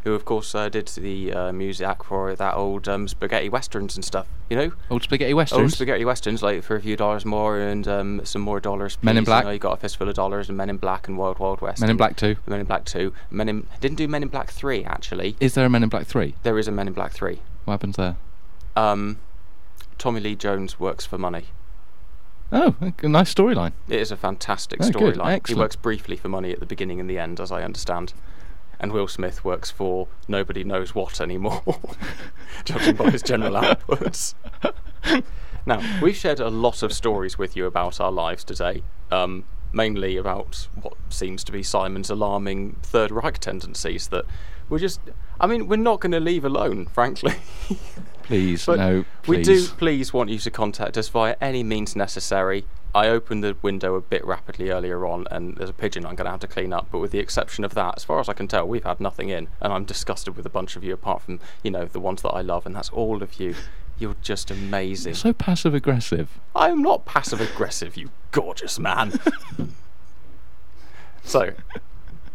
Speaker 3: who, of course, uh, did the uh, music for that old um, spaghetti westerns and stuff, you know?
Speaker 4: Old spaghetti
Speaker 3: Old
Speaker 4: westerns.
Speaker 3: spaghetti westerns, like for a few dollars more and um, some more dollars.
Speaker 4: Men in
Speaker 3: please,
Speaker 4: Black.
Speaker 3: You, know, you got a fistful of dollars and Men in Black and Wild Wild West.
Speaker 4: Men in
Speaker 3: and
Speaker 4: Black Two.
Speaker 3: Men in Black Two. Men in didn't do Men in Black Three actually.
Speaker 4: Is there a Men in Black Three?
Speaker 3: There is a Men in Black Three.
Speaker 4: What happens there?
Speaker 3: Um, Tommy Lee Jones works for money.
Speaker 4: Oh, a g- nice storyline.
Speaker 3: It is a fantastic
Speaker 4: Oh, good,
Speaker 3: storyline. He
Speaker 4: excellent.
Speaker 3: works briefly for money at the beginning and the end, as I understand. And Will Smith works for nobody knows what anymore, judging by his general outputs. now, we've shared a lot of stories with you about our lives today, um, mainly about what seems to be Simon's alarming Third Reich tendencies that we're just. I mean, we're not going to leave alone, frankly.
Speaker 4: Please,
Speaker 3: But
Speaker 4: no,
Speaker 3: We
Speaker 4: please.
Speaker 3: do please want you to contact us via any means necessary. I opened the window a bit rapidly earlier on, and there's a pigeon I'm going to have to clean up. But with the exception of that, as far as I can tell, we've had nothing in, and I'm disgusted with a bunch of you, apart from you know the ones that I love, and that's all of you. You're just amazing.
Speaker 4: So passive aggressive.
Speaker 3: I'm not passive aggressive, you gorgeous man. so,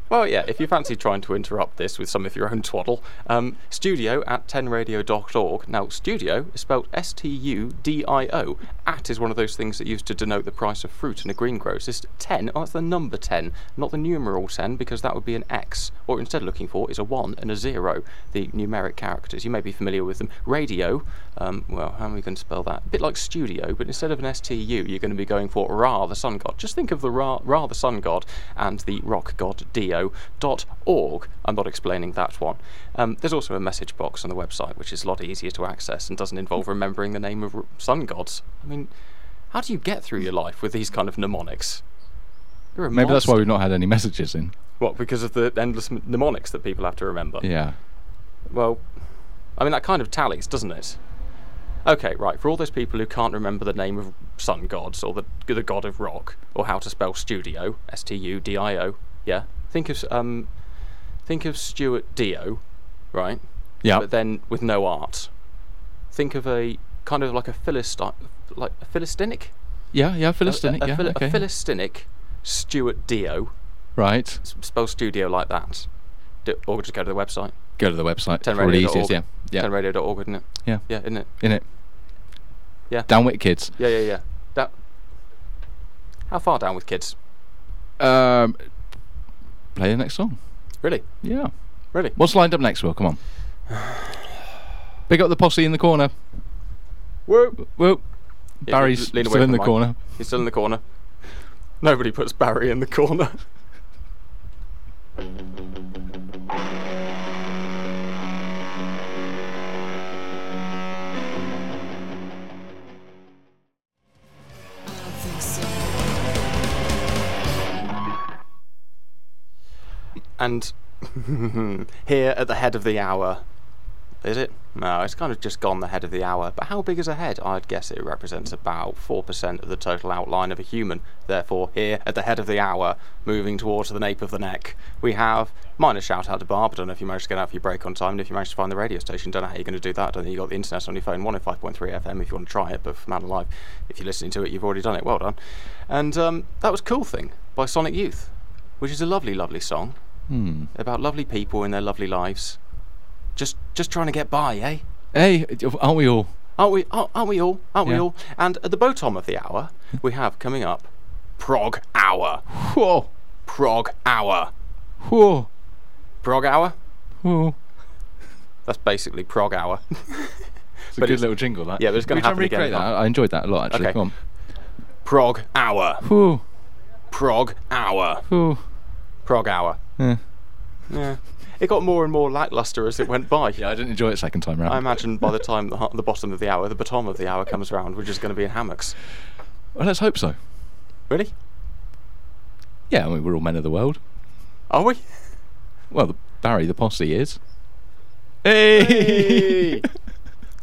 Speaker 3: well, yeah, if you fancy trying to interrupt this with some of your own twaddle, um, studio at 10radio.org. Now, studio is spelled S T U D I O. At is one of those things that used to denote the price of fruit in a greengrocer's. 10, oh, it's the number 10, not the numeral 10, because that would be an X. What we're instead looking for is a 1 and a 0, the numeric characters. You may be familiar with them. Radio, um, well, how are we going to spell that? A bit like studio, but instead of an STU, you're going to be going for Ra, the sun god. Just think of the Ra, Ra the sun god, and the rock god Dio dot org. I'm not explaining that one. Um, there's also a message box on the website, which is a lot easier to access and doesn't involve remembering the name of r- sun gods. I mean, how do you get through your life with these kind of mnemonics? You're a
Speaker 4: Maybe that's why
Speaker 3: monster.
Speaker 4: we've not had any messages in.
Speaker 3: What, because of the endless m- mnemonics that people have to remember?
Speaker 4: Yeah.
Speaker 3: Well, I mean, that kind of tallies, doesn't it? Okay, right. For all those people who can't remember the name of sun gods or the the god of rock or how to spell studio, S T U D I O, yeah. Think of um, think of Stuart Dio, right?
Speaker 4: Yeah.
Speaker 3: But then with no art. Think of a kind of like a philistine, like a philistinic,
Speaker 4: Yeah, yeah,
Speaker 3: A-
Speaker 4: Philistinic.
Speaker 3: a, a,
Speaker 4: yeah,
Speaker 3: phil-
Speaker 4: okay.
Speaker 3: a philistinic Stuart Dio.
Speaker 4: Right.
Speaker 3: S- Spell studio like that, D- or just go to the website.
Speaker 4: Go to the website.
Speaker 3: Ten
Speaker 4: Probably
Speaker 3: radio.org.
Speaker 4: easiest, yeah. Yeah.
Speaker 3: Tenradio.org, isn't it?
Speaker 4: Yeah.
Speaker 3: Yeah, isn't it?
Speaker 4: In it.
Speaker 3: Yeah.
Speaker 4: Down with kids.
Speaker 3: Yeah, yeah, yeah. That. How far down with kids?
Speaker 4: Um, play the next song.
Speaker 3: Really?
Speaker 4: Yeah.
Speaker 3: Really?
Speaker 4: What's lined up next, Will? Come on. Pick up the posse in the corner.
Speaker 3: Whoa!
Speaker 4: Whoop.
Speaker 3: Yeah,
Speaker 4: Barry's
Speaker 3: lean away
Speaker 4: still in
Speaker 3: from
Speaker 4: the
Speaker 3: the mic.
Speaker 4: corner.
Speaker 3: He's still in the corner. Nobody puts Barry in the corner. And here at the head of the hour, is it? No, it's kind of just gone the head of the hour. But how big is a head? I'd guess it represents about 4% of the total outline of a human. Therefore, here at the head of the hour, moving towards the nape of the neck, we have minor shout out to Barb. I don't know if you managed to get out for your break on time. And if you managed to find the radio station, don't know how you're going to do that. don't think you got the internet on your phone. 105.3 FM if you want to try it. But for Man Alive, if you're listening to it, you've already done it. Well done. And um, that was Cool Thing by Sonic Youth, which is a lovely, lovely song
Speaker 4: Hmm.
Speaker 3: about lovely people and their lovely lives. Just, just trying to get by, eh?
Speaker 4: Hey, aren't we all?
Speaker 3: Aren't we? Aren't, aren't we all? Aren't we
Speaker 4: Yeah.
Speaker 3: all? And at the bottom of the hour, we have coming up, Prog Hour.
Speaker 4: Whoa.
Speaker 3: Prog Hour.
Speaker 4: Whoa.
Speaker 3: Prog Hour.
Speaker 4: Whoa.
Speaker 3: That's basically Prog Hour.
Speaker 4: It's a
Speaker 3: But
Speaker 4: good
Speaker 3: it's-
Speaker 4: little jingle, that.
Speaker 3: yeah, but it's gonna
Speaker 4: Can we try and
Speaker 3: happen again,
Speaker 4: recreate
Speaker 3: huh?
Speaker 4: That? I enjoyed that a lot, actually.
Speaker 3: Okay.
Speaker 4: Come
Speaker 3: Prog Hour.
Speaker 4: on. Whoa.
Speaker 3: Prog Hour.
Speaker 4: Whoa.
Speaker 3: Prog Hour.
Speaker 4: Yeah.
Speaker 3: Yeah. It got more and more lackluster as it went by.
Speaker 4: Yeah, I didn't enjoy it second time round.
Speaker 3: I imagine by the time the, ho- the bottom of the hour, the bottom of the hour comes round, we're just going to be in hammocks.
Speaker 4: well, let's hope so.
Speaker 3: Really?
Speaker 4: Yeah, I mean, we're all men of the world.
Speaker 3: Are we?
Speaker 4: Well, the, Barry, the posse is. Hey!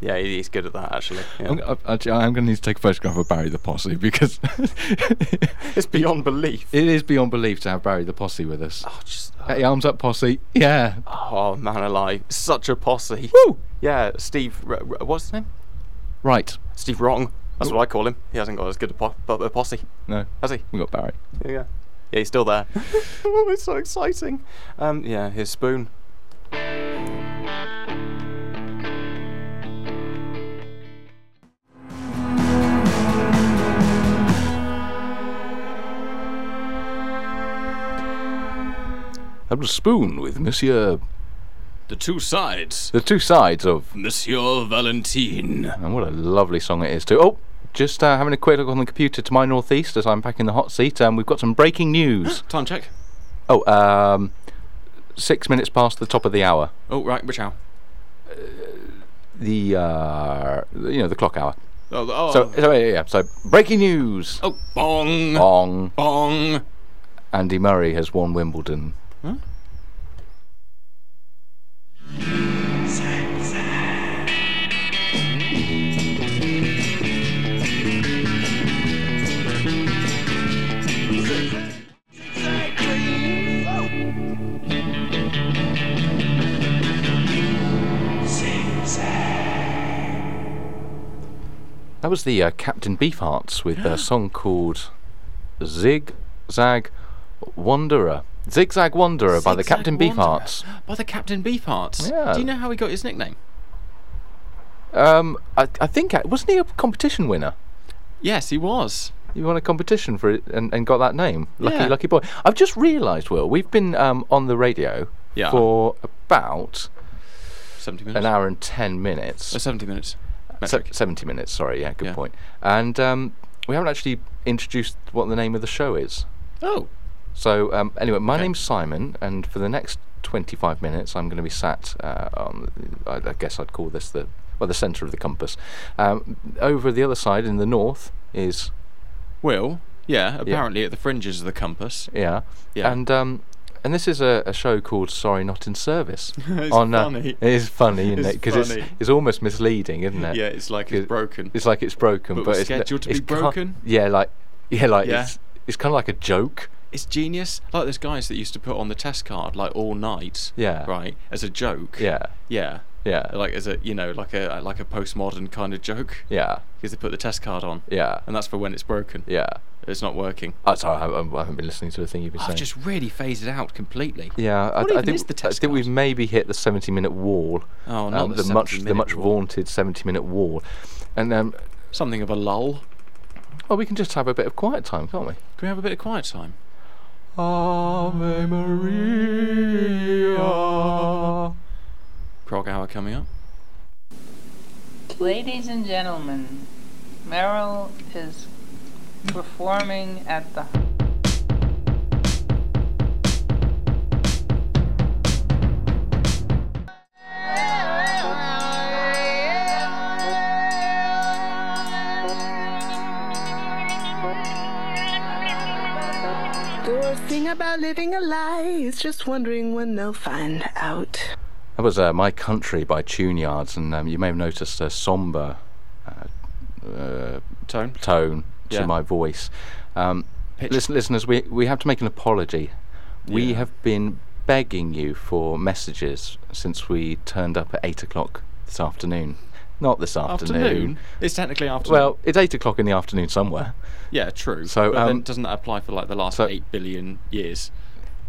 Speaker 3: yeah, he- he's good at that actually. Yeah.
Speaker 4: I'm, I, actually, I'm going to need to take a photograph of Barry the posse because it
Speaker 3: It's beyond belief.
Speaker 4: is beyond belief to have Barry the posse with us.
Speaker 3: Oh, just-
Speaker 4: Hey, arms up, posse. Yeah.
Speaker 3: Oh man alive, such a posse.
Speaker 4: Woo!
Speaker 3: Yeah, Steve. R- R- what's his name?
Speaker 4: Right.
Speaker 3: Steve Wrong. That's what I call him. He hasn't got as good a, po- po- a posse,
Speaker 4: No.
Speaker 3: has he?
Speaker 4: We got Barry.
Speaker 3: Yeah. Yeah, he's still there. oh, it's so exciting. Um, yeah, his spoon.
Speaker 4: Have a spoon with Monsieur.
Speaker 9: The two sides.
Speaker 4: The two sides of.
Speaker 9: Monsieur Valentine.
Speaker 4: And what a lovely song it is too. Oh, just uh, having a quick look on the computer to my northeast as I'm back in the hot seat. Um, we've got some breaking news.
Speaker 9: Time check.
Speaker 4: oh, um, six minutes past the top of the hour.
Speaker 9: Oh right, which hour?
Speaker 4: The uh, you know the clock hour.
Speaker 9: Oh, the- oh.
Speaker 4: So, so yeah, yeah. So breaking news.
Speaker 9: oh bong
Speaker 4: Bong.
Speaker 9: bong.
Speaker 4: Andy Murray has won Wimbledon. That was the uh, Captain Beefhearts with a song called Zig Zag Wanderer. Zigzag Wanderer by the
Speaker 9: Zigzag
Speaker 4: Captain
Speaker 9: Wanderer.
Speaker 4: Beefhearts.
Speaker 9: By the Captain Beefhearts.
Speaker 4: Yeah.
Speaker 9: Do you know how he got his nickname?
Speaker 4: Um, I, I think I, wasn't he a competition winner?
Speaker 9: Yes, he was.
Speaker 4: You won a competition for it and, and got that name. Lucky,
Speaker 9: Yeah.
Speaker 4: lucky boy. I've just realised, Will, we've been um, on the radio
Speaker 9: Yeah.
Speaker 4: for about
Speaker 9: Seventy minutes.
Speaker 4: an hour and ten
Speaker 9: Oh,
Speaker 4: minutes.
Speaker 9: Seventy minutes.
Speaker 4: Se-
Speaker 9: Metric.
Speaker 4: 70 minutes, sorry, yeah, good
Speaker 9: Yeah.
Speaker 4: point. And um, we haven't actually introduced what the name of the show is.
Speaker 9: oh.
Speaker 4: So, um, anyway, my name's Simon, and for the next 25 minutes, I'm going to be sat uh, on, I, I guess I'd call this the, well, the centre of the compass. Um, over the other side, in the north, is,
Speaker 9: Will. Yeah. Apparently at the fringes of the compass.
Speaker 4: yeah.
Speaker 9: Yeah.
Speaker 4: And, um, and this is a, a show called Sorry Not in Service.
Speaker 9: It's funny.
Speaker 4: it is funny, isn't
Speaker 9: It's
Speaker 4: it? Because it's,
Speaker 9: funny.
Speaker 4: it's almost misleading, isn't it?
Speaker 9: Yeah, it's like
Speaker 4: Good.
Speaker 9: it's broken.
Speaker 4: It's like it's broken,
Speaker 9: But
Speaker 4: but,
Speaker 9: was
Speaker 4: it's
Speaker 9: scheduled to
Speaker 4: it's
Speaker 9: be
Speaker 4: ki-
Speaker 9: broken?
Speaker 4: yeah, like yeah, like
Speaker 9: Yeah.
Speaker 4: it's it's kind of like a joke.
Speaker 9: It's genius. Like those guys that used to put on the test card like all night.
Speaker 4: Yeah.
Speaker 9: Right. As a joke.
Speaker 4: Yeah,
Speaker 9: Yeah.
Speaker 4: yeah,
Speaker 9: Like as a you know like a like a postmodern kind of joke
Speaker 4: yeah,
Speaker 9: because they put the test card on
Speaker 4: yeah,
Speaker 9: and that's for when it's broken.
Speaker 4: yeah.
Speaker 9: It's not working.
Speaker 4: Oh, sorry, I, I haven't been listening to the thing you've been
Speaker 9: I've
Speaker 4: saying.
Speaker 9: just really phased out completely.
Speaker 4: yeah, I,
Speaker 9: What
Speaker 4: I
Speaker 9: even
Speaker 4: think
Speaker 9: is the
Speaker 4: I
Speaker 9: test
Speaker 4: think we've
Speaker 9: card?
Speaker 4: maybe hit the seventy-minute wall.
Speaker 9: Oh, not the
Speaker 4: much the
Speaker 9: 70-minute
Speaker 4: much
Speaker 9: wall.
Speaker 4: vaunted seventy-minute wall, and um,
Speaker 9: Something of a lull.
Speaker 4: oh, we can just have a bit of quiet time, can't we?
Speaker 9: Can we have a bit of quiet time?
Speaker 4: Ave Maria.
Speaker 9: Prog hour coming up.
Speaker 10: Ladies and gentlemen, Meryl is performing at the
Speaker 11: Good thing about living a lie is just wondering when they'll find out.
Speaker 4: That was uh, My Country by Tuneyards, and um, you may have noticed a somber uh, uh,
Speaker 9: Tone.
Speaker 4: tone to
Speaker 9: Yeah.
Speaker 4: my voice. Um,
Speaker 9: Pitch.
Speaker 4: listen, listeners, we, we have to make an apology. We
Speaker 9: Yeah.
Speaker 4: have been begging you for messages since we turned up at 8 o'clock this afternoon. Not this afternoon.
Speaker 9: It's technically afternoon.
Speaker 4: Well, it's 8 o'clock in the afternoon somewhere.
Speaker 9: yeah, true.
Speaker 4: so,
Speaker 9: So but
Speaker 4: um,
Speaker 9: then doesn't that apply for like the last
Speaker 4: so-
Speaker 9: eight billion years?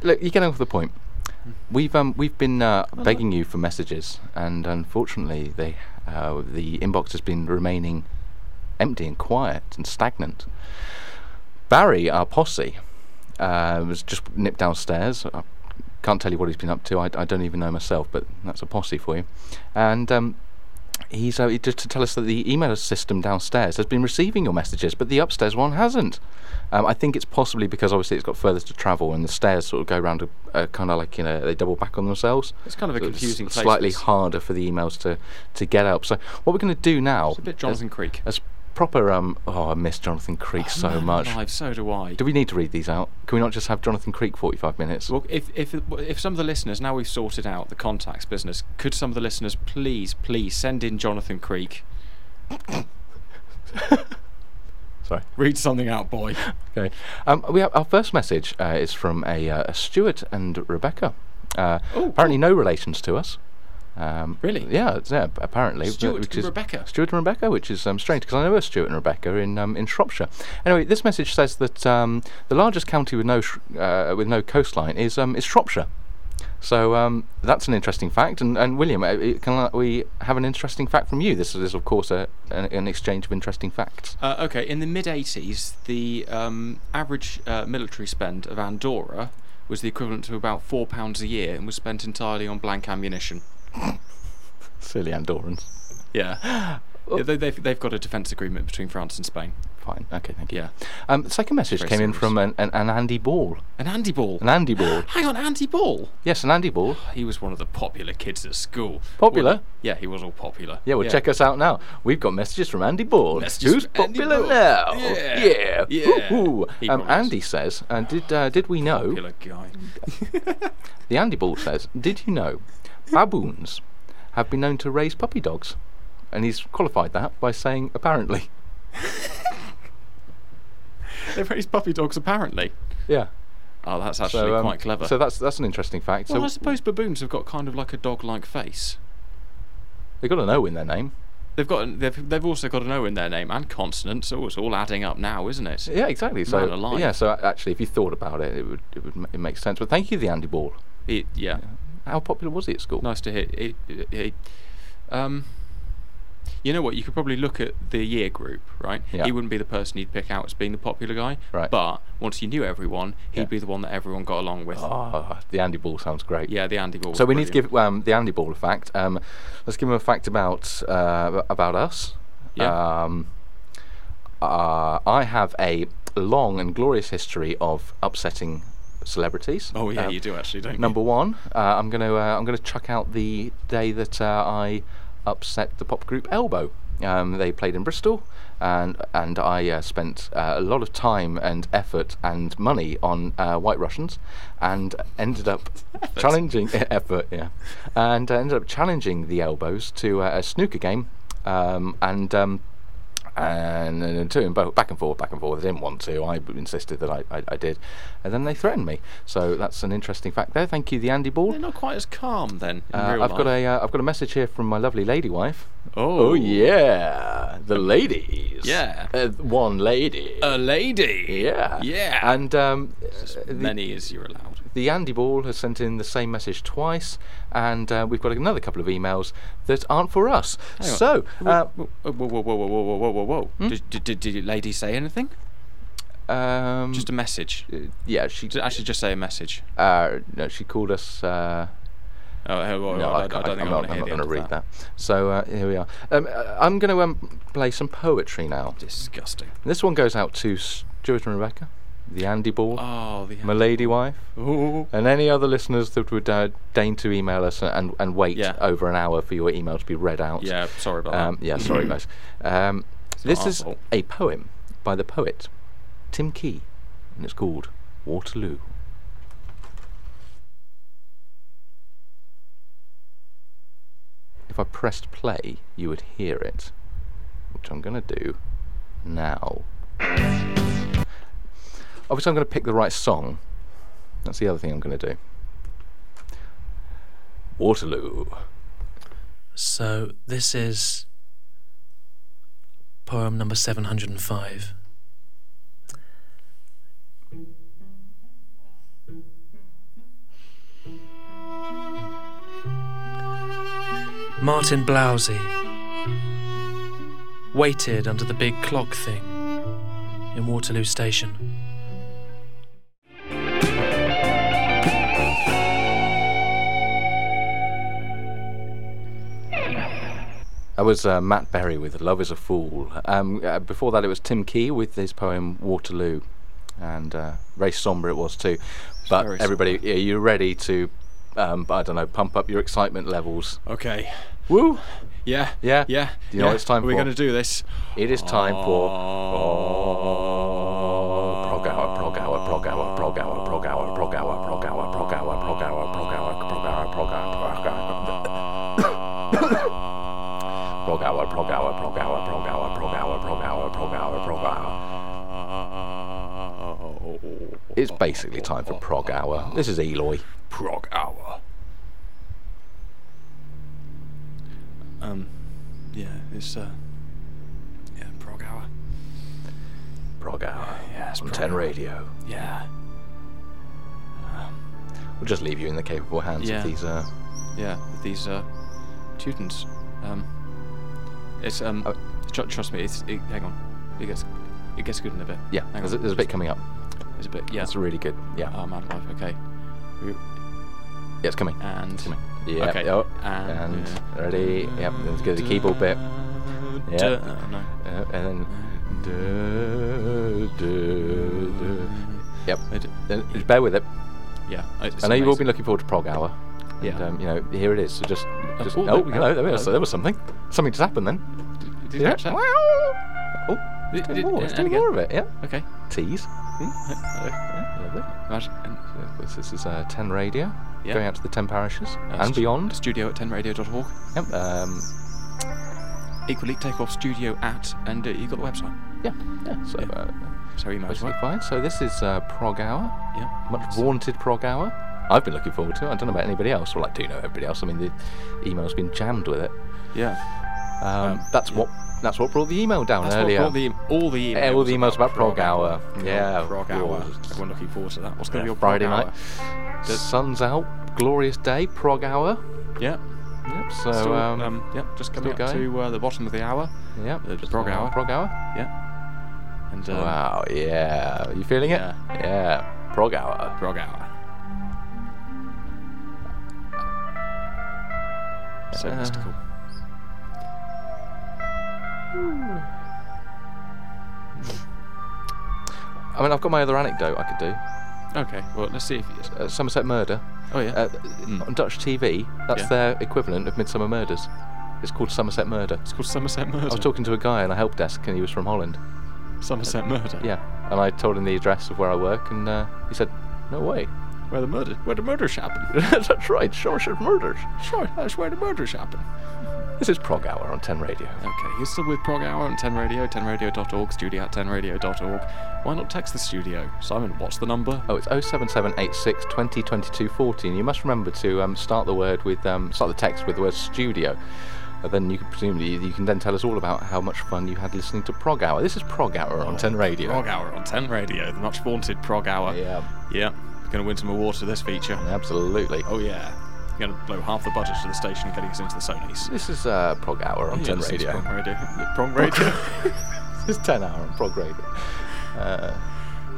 Speaker 4: Look, you're getting off the point.
Speaker 9: Hmm.
Speaker 4: We've um, we've been uh, begging you for messages, and unfortunately, they uh, the inbox has been remaining empty and quiet and stagnant. Barry, our posse, uh, was just nipped downstairs. I can't tell you what he's been up to. I, I don't even know myself, but that's a posse for you. And um, he's uh, he- just to tell us that the email system downstairs has been receiving your messages, but the upstairs one hasn't. Um, I think it's possibly because obviously it's got further to travel, and the stairs sort of go round a, a kind of like you know they double back on themselves.
Speaker 9: It's kind of a
Speaker 4: So it's
Speaker 9: confusing place,
Speaker 4: slightly
Speaker 9: this.
Speaker 4: harder for the emails to to get up. So what we're going to do now?
Speaker 9: A bit Jonathan Creek.
Speaker 4: As proper um oh I miss Jonathan Creek so much.
Speaker 9: Alive, so do I.
Speaker 4: Do we need to read these out? Can we not just have Jonathan Creek 45 minutes?
Speaker 9: well, if, if if some of the listeners now we've sorted out the contacts business, could some of the listeners please please send in Jonathan Creek?
Speaker 4: Sorry.
Speaker 9: Read something out, boy.
Speaker 4: Okay. Um, we have our first message uh, is from a, uh, a Stuart and Rebecca. Uh,
Speaker 9: Oh,
Speaker 4: apparently, no relations to us. Um,
Speaker 9: Really?
Speaker 4: Yeah, it's- yeah. Apparently, but-
Speaker 9: Stuart
Speaker 4: which
Speaker 9: and
Speaker 4: is
Speaker 9: Rebecca.
Speaker 4: Stuart and Rebecca, which is um, strange because I know of Stuart and Rebecca in um, in Shropshire. Anyway, this message says that um, the largest county with no sh- uh, with no coastline is um, is Shropshire. So um, that's an interesting fact. And, and William, uh, uh, can I- we have an interesting fact from you? This is, of course, a, an, an exchange of interesting facts.
Speaker 9: Uh, okay, in the mid 80s, the um, average uh, military spend of Andorra was the equivalent to about £4 a year and was spent entirely on blank ammunition.
Speaker 4: Silly Andorrans.
Speaker 9: Yeah. yeah they, they've, they've got a defence agreement between France and Spain.
Speaker 4: Fine. Okay, thank you.
Speaker 9: Yeah.
Speaker 4: Um, the second message
Speaker 9: Very
Speaker 4: came in
Speaker 9: serious.
Speaker 4: from an, an, an Andy Ball.
Speaker 9: An Andy Ball.
Speaker 4: An Andy Ball.
Speaker 9: Hang on, Andy Ball.
Speaker 4: yes, an Andy Ball.
Speaker 9: He was one of the popular kids at school.
Speaker 4: Popular?
Speaker 9: Well, yeah, he was all popular.
Speaker 4: Yeah, well, check us out now. We've got messages from Andy Ball.
Speaker 9: Messages
Speaker 4: who's
Speaker 9: from Andy
Speaker 4: popular
Speaker 9: Ball.
Speaker 4: now?
Speaker 9: Yeah.
Speaker 4: yeah.
Speaker 9: Yeah.
Speaker 4: Woo-hoo.
Speaker 9: He
Speaker 4: Um,
Speaker 9: promised.
Speaker 4: Andy says, uh, did uh, did we know?
Speaker 9: Popular guy.
Speaker 4: The Andy Ball says, did you know, baboons have been known to raise puppy dogs, and he's qualified that by saying apparently.
Speaker 9: they raise puppy dogs, apparently.
Speaker 4: Yeah.
Speaker 9: Oh, that's actually
Speaker 4: um,
Speaker 9: quite clever.
Speaker 4: So that's that's an interesting fact.
Speaker 9: well, I
Speaker 4: so
Speaker 9: suppose baboons have got kind of like a dog-like face.
Speaker 4: they've got an O in their name.
Speaker 9: They've got they've, they've also got an O in their name and consonant, so it's all adding up now, isn't it?
Speaker 4: Yeah, exactly. So
Speaker 9: Man alive.
Speaker 4: yeah, so a- actually, if you thought about it, it would it would ma- it makes sense. But thank you, the Andy Ball.
Speaker 9: It- yeah.
Speaker 4: How popular was he at school?
Speaker 9: Nice to hear. It, it, it- um, you know what? You could probably look at the year group, right?
Speaker 4: Yeah.
Speaker 9: He wouldn't be the person you'd pick out as being the popular guy.
Speaker 4: Right.
Speaker 9: But once you knew everyone, he'd
Speaker 4: Yeah.
Speaker 9: be the one that everyone got along with.
Speaker 4: Ah, the Andy Ball sounds great.
Speaker 9: Yeah, the Andy Ball.
Speaker 4: So
Speaker 9: was
Speaker 4: we need to
Speaker 9: brilliant.
Speaker 4: give um, the Andy Ball a fact. Um, let's give him a fact about uh, about us.
Speaker 9: Yeah.
Speaker 4: Um, uh, I have a long and glorious history of upsetting celebrities.
Speaker 9: Oh yeah,
Speaker 4: Um,
Speaker 9: you do actually, don't
Speaker 4: Number
Speaker 9: you?
Speaker 4: one, uh, I'm gonna uh, I'm gonna chuck out the day that uh, I upset the pop group Elbow. Um, they played in Bristol, and and I uh, spent uh, a lot of time and effort and money on uh, White Russians, and ended up challenging effort, yeah, and uh, ended up challenging the Elbows to uh, a snooker game, um, and. Um, and, and, and to him bo- back and forth, back and forth. They didn't want to. I insisted that I, I, I did, and then they threatened me. So that's an interesting fact there. Thank you, the Andy Ball.
Speaker 9: They're not quite as calm then. In
Speaker 4: Uh,
Speaker 9: real
Speaker 4: I've got
Speaker 9: life.
Speaker 4: a uh, I've got a message here from my lovely lady wife.
Speaker 9: Oh.
Speaker 4: yeah, the ladies.
Speaker 9: Yeah.
Speaker 4: uh, one lady.
Speaker 9: a lady.
Speaker 4: yeah,
Speaker 9: Yeah.
Speaker 4: And um,
Speaker 9: As
Speaker 4: uh, the-
Speaker 9: many as you're allowed.
Speaker 4: the Andy Ball has sent in the same message twice, and uh, we've got another couple of emails that aren't for us.
Speaker 9: Hang on.
Speaker 4: so, uh,
Speaker 9: whoa, whoa, whoa, whoa, whoa, whoa, whoa, whoa, whoa!
Speaker 4: Hmm?
Speaker 9: Did, did, did, did lady say anything?
Speaker 4: um,
Speaker 9: Just a message.
Speaker 4: yeah, she
Speaker 9: Did it actually just say a message?
Speaker 4: uh, no, she called us. Uh,
Speaker 9: Oh, oh, oh,
Speaker 4: no,
Speaker 9: oh,
Speaker 4: I,
Speaker 9: I, I don't think
Speaker 4: am
Speaker 9: I
Speaker 4: not,
Speaker 9: want to hear the
Speaker 4: going
Speaker 9: end
Speaker 4: to
Speaker 9: of
Speaker 4: read that. So uh, here we are. Um, uh, I'm going to um, play some poetry now.
Speaker 9: Disgusting.
Speaker 4: This one goes out to Stuart and Rebecca, the Andy Ball,
Speaker 9: Oh, the
Speaker 4: my lady wife,
Speaker 9: Oh.
Speaker 4: and any other listeners that would uh, deign to email us and, and wait
Speaker 9: Yeah.
Speaker 4: over an hour for your email to be read out.
Speaker 9: Yeah, sorry about
Speaker 4: Um,
Speaker 9: that. Mm-hmm.
Speaker 4: yeah, sorry guys. Um, this
Speaker 9: our
Speaker 4: is
Speaker 9: fault.
Speaker 4: a poem by the poet Tim Key, and it's called Waterloo. If I pressed play, you would hear it, which I'm going to do now. Obviously, I'm going to pick the right song. That's the other thing I'm going to do. Waterloo.
Speaker 11: So this is poem number 705. Martin Blousey waited under the big clock thing in Waterloo Station.
Speaker 4: That was uh, Matt Berry with "Love Is a Fool." Um, uh, before that, it was Tim Key with his poem "Waterloo," and uh, very sombre it was too. But
Speaker 9: very
Speaker 4: everybody, are you ready to? Um, I don't know, pump up your excitement levels.
Speaker 9: Okay.
Speaker 4: Woo!
Speaker 9: Yeah.
Speaker 4: Yeah.
Speaker 9: Yeah.
Speaker 4: Do you know
Speaker 9: yeah.
Speaker 4: what it's time
Speaker 9: We're
Speaker 4: for?
Speaker 9: going to do this.
Speaker 4: It is time for. Oh, prog hour, prog hour, prog hour, prog hour, prog hour, prog hour, prog hour, prog hour, prog hour, prog hour, prog hour, prog hour, prog hour. Prog hour, prog hour, prog hour, prog hour, prog hour, prog hour, prog hour, prog hour. It's basically time for prog hour. This is Eloy.
Speaker 9: Prog Hour. Um, uh,
Speaker 4: o'clock hour on Ten Radio.
Speaker 12: Yeah.
Speaker 4: We'll just leave you in the capable hands
Speaker 9: Yeah.
Speaker 4: of these. Uh,
Speaker 9: Yeah, with these uh, students. Um, it's um,
Speaker 4: Oh.
Speaker 9: tr- trust me. It's it, hang on. It gets it gets good in a bit.
Speaker 4: yeah,
Speaker 9: Hang
Speaker 4: there's, a-
Speaker 9: on.
Speaker 4: there's a bit coming up.
Speaker 9: There's a bit. Yeah.
Speaker 4: It's really good. Yeah, um,
Speaker 9: Oh man, alive. Okay. We-
Speaker 4: yeah, it's coming.
Speaker 9: And
Speaker 4: It's coming. Yeah.
Speaker 9: okay.
Speaker 4: oh,
Speaker 9: And, uh,
Speaker 4: and, ready. Yep. Let's go to the keyboard bit. Yeah.
Speaker 9: Duh, uh, no.
Speaker 4: Uh, and then. duh, duh, duh. Yep. Then just bear with it.
Speaker 9: Yeah, it's
Speaker 4: I know you've all
Speaker 9: amazing.
Speaker 4: been looking forward to Prog Hour. And,
Speaker 9: Yeah.
Speaker 4: um, you know, here it is. So just. just
Speaker 9: oh,
Speaker 4: oh,
Speaker 9: there we go.
Speaker 4: hello. There was,
Speaker 9: Hello.
Speaker 4: there was something. Something just happened then.
Speaker 9: Did you
Speaker 4: Yeah.
Speaker 9: catch that?
Speaker 4: Oh,
Speaker 9: Did-
Speaker 4: it's doing
Speaker 9: did-
Speaker 4: more. It's
Speaker 9: and
Speaker 4: doing
Speaker 9: again.
Speaker 4: more of it. Hmm? Yeah.
Speaker 9: Okay.
Speaker 4: Tease.
Speaker 9: Yeah,
Speaker 4: Lovely.
Speaker 9: Imagine.
Speaker 4: So This, this is uh, 10 Radio,
Speaker 9: Yeah.
Speaker 4: going out to the 10 parishes
Speaker 9: Uh,
Speaker 4: and
Speaker 9: stu-
Speaker 4: beyond.
Speaker 9: Studio at 10radio.org.
Speaker 4: Yep. Um,
Speaker 9: Equally, take off studio at, and uh, you've got the website.
Speaker 4: yeah, yeah. So, Uh,
Speaker 9: So emails
Speaker 4: basically
Speaker 9: work.
Speaker 4: fine. So this is uh, Prog Hour,
Speaker 9: Yeah.
Speaker 4: much vaunted Prog Hour. I've been looking forward to it. I don't know about anybody else. Well, I do know everybody else. I mean, the email's been jammed with it.
Speaker 9: Yeah.
Speaker 4: Um, that's what that's what brought the email down
Speaker 9: That's
Speaker 4: earlier.
Speaker 9: what brought the, all the emails.
Speaker 4: Yeah, all the emails about Prog Hour.
Speaker 9: Prog
Speaker 4: Yeah,
Speaker 9: Prog
Speaker 4: of
Speaker 9: Hour.
Speaker 4: course.
Speaker 9: Everyone looking forward to that. What's going to
Speaker 4: Yeah,
Speaker 9: be your
Speaker 4: Friday
Speaker 9: Prog
Speaker 4: night.
Speaker 9: Hour?
Speaker 4: Sun's out, glorious day, Prog Hour.
Speaker 9: Yeah.
Speaker 4: Yep. So
Speaker 9: Still,
Speaker 4: um,
Speaker 9: um, yeah, just
Speaker 4: still
Speaker 9: coming up
Speaker 4: going.
Speaker 9: to uh, the bottom of the hour.
Speaker 4: yep,
Speaker 9: the
Speaker 4: just
Speaker 9: Prog
Speaker 4: now,
Speaker 9: Hour.
Speaker 4: Prog Hour.
Speaker 9: Yeah. And um,
Speaker 4: Wow, yeah. you feeling
Speaker 9: Yeah.
Speaker 4: it? Yeah. Prog hour.
Speaker 9: Prog Hour. So
Speaker 4: Uh,
Speaker 9: mystical.
Speaker 4: I mean, I've got my other anecdote I could do.
Speaker 9: Okay, well, let's see if. It's,
Speaker 4: Uh, Somerset Murder.
Speaker 9: oh, yeah.
Speaker 4: Uh, On Dutch TV, that's
Speaker 9: Yeah.
Speaker 4: their equivalent of Midsummer Murders. It's called Somerset Murder.
Speaker 9: it's called Somerset Murder.
Speaker 4: I was talking to a guy on a help desk and he was from Holland.
Speaker 9: Somerset Murder.
Speaker 4: Yeah. And I told him the address of where I work and uh, he said, no way.
Speaker 9: Where the murder, where the murders happen.
Speaker 4: that's right, Somerset Murders.
Speaker 9: Sure, that's where the murders happen.
Speaker 4: This is Prog Hour on 10 Radio.
Speaker 9: Okay, you're still with Prog Hour on 10 Radio, 10radio.org, studio at 10radio.org. Why not text the studio? Simon, what's the number?
Speaker 4: Oh, it's 07786 20 22 40. And you must remember to um, start the word with um, start the text with the word studio. And then you can presumably you can then tell us all about how much fun you had listening to Prog Hour. This is Prog Hour on Ten Radio.
Speaker 9: Oh, Prog Hour on 10 Radio, the much vaunted Prog Hour.
Speaker 4: Yeah,
Speaker 9: Yeah, we're going to win some awards for this feature.
Speaker 4: absolutely.
Speaker 9: Oh, yeah. Going to blow half the budget to the station getting us into the Sony's.
Speaker 4: This is uh, Prog Hour on
Speaker 9: Yeah,
Speaker 4: Ten
Speaker 9: this is
Speaker 4: Radio.
Speaker 9: Prog Radio. Prog Radio.
Speaker 4: this is Ten Hour on Prog Radio. Uh,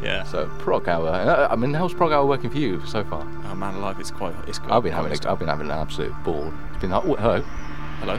Speaker 9: yeah.
Speaker 4: so Prog Hour. Uh, I mean, how's Prog Hour working for you so far?
Speaker 9: Oh, man alive, it's quite. It's quite
Speaker 4: I've been having a, I've been having an absolute ball. It's been like, oh, hello.
Speaker 9: Hello?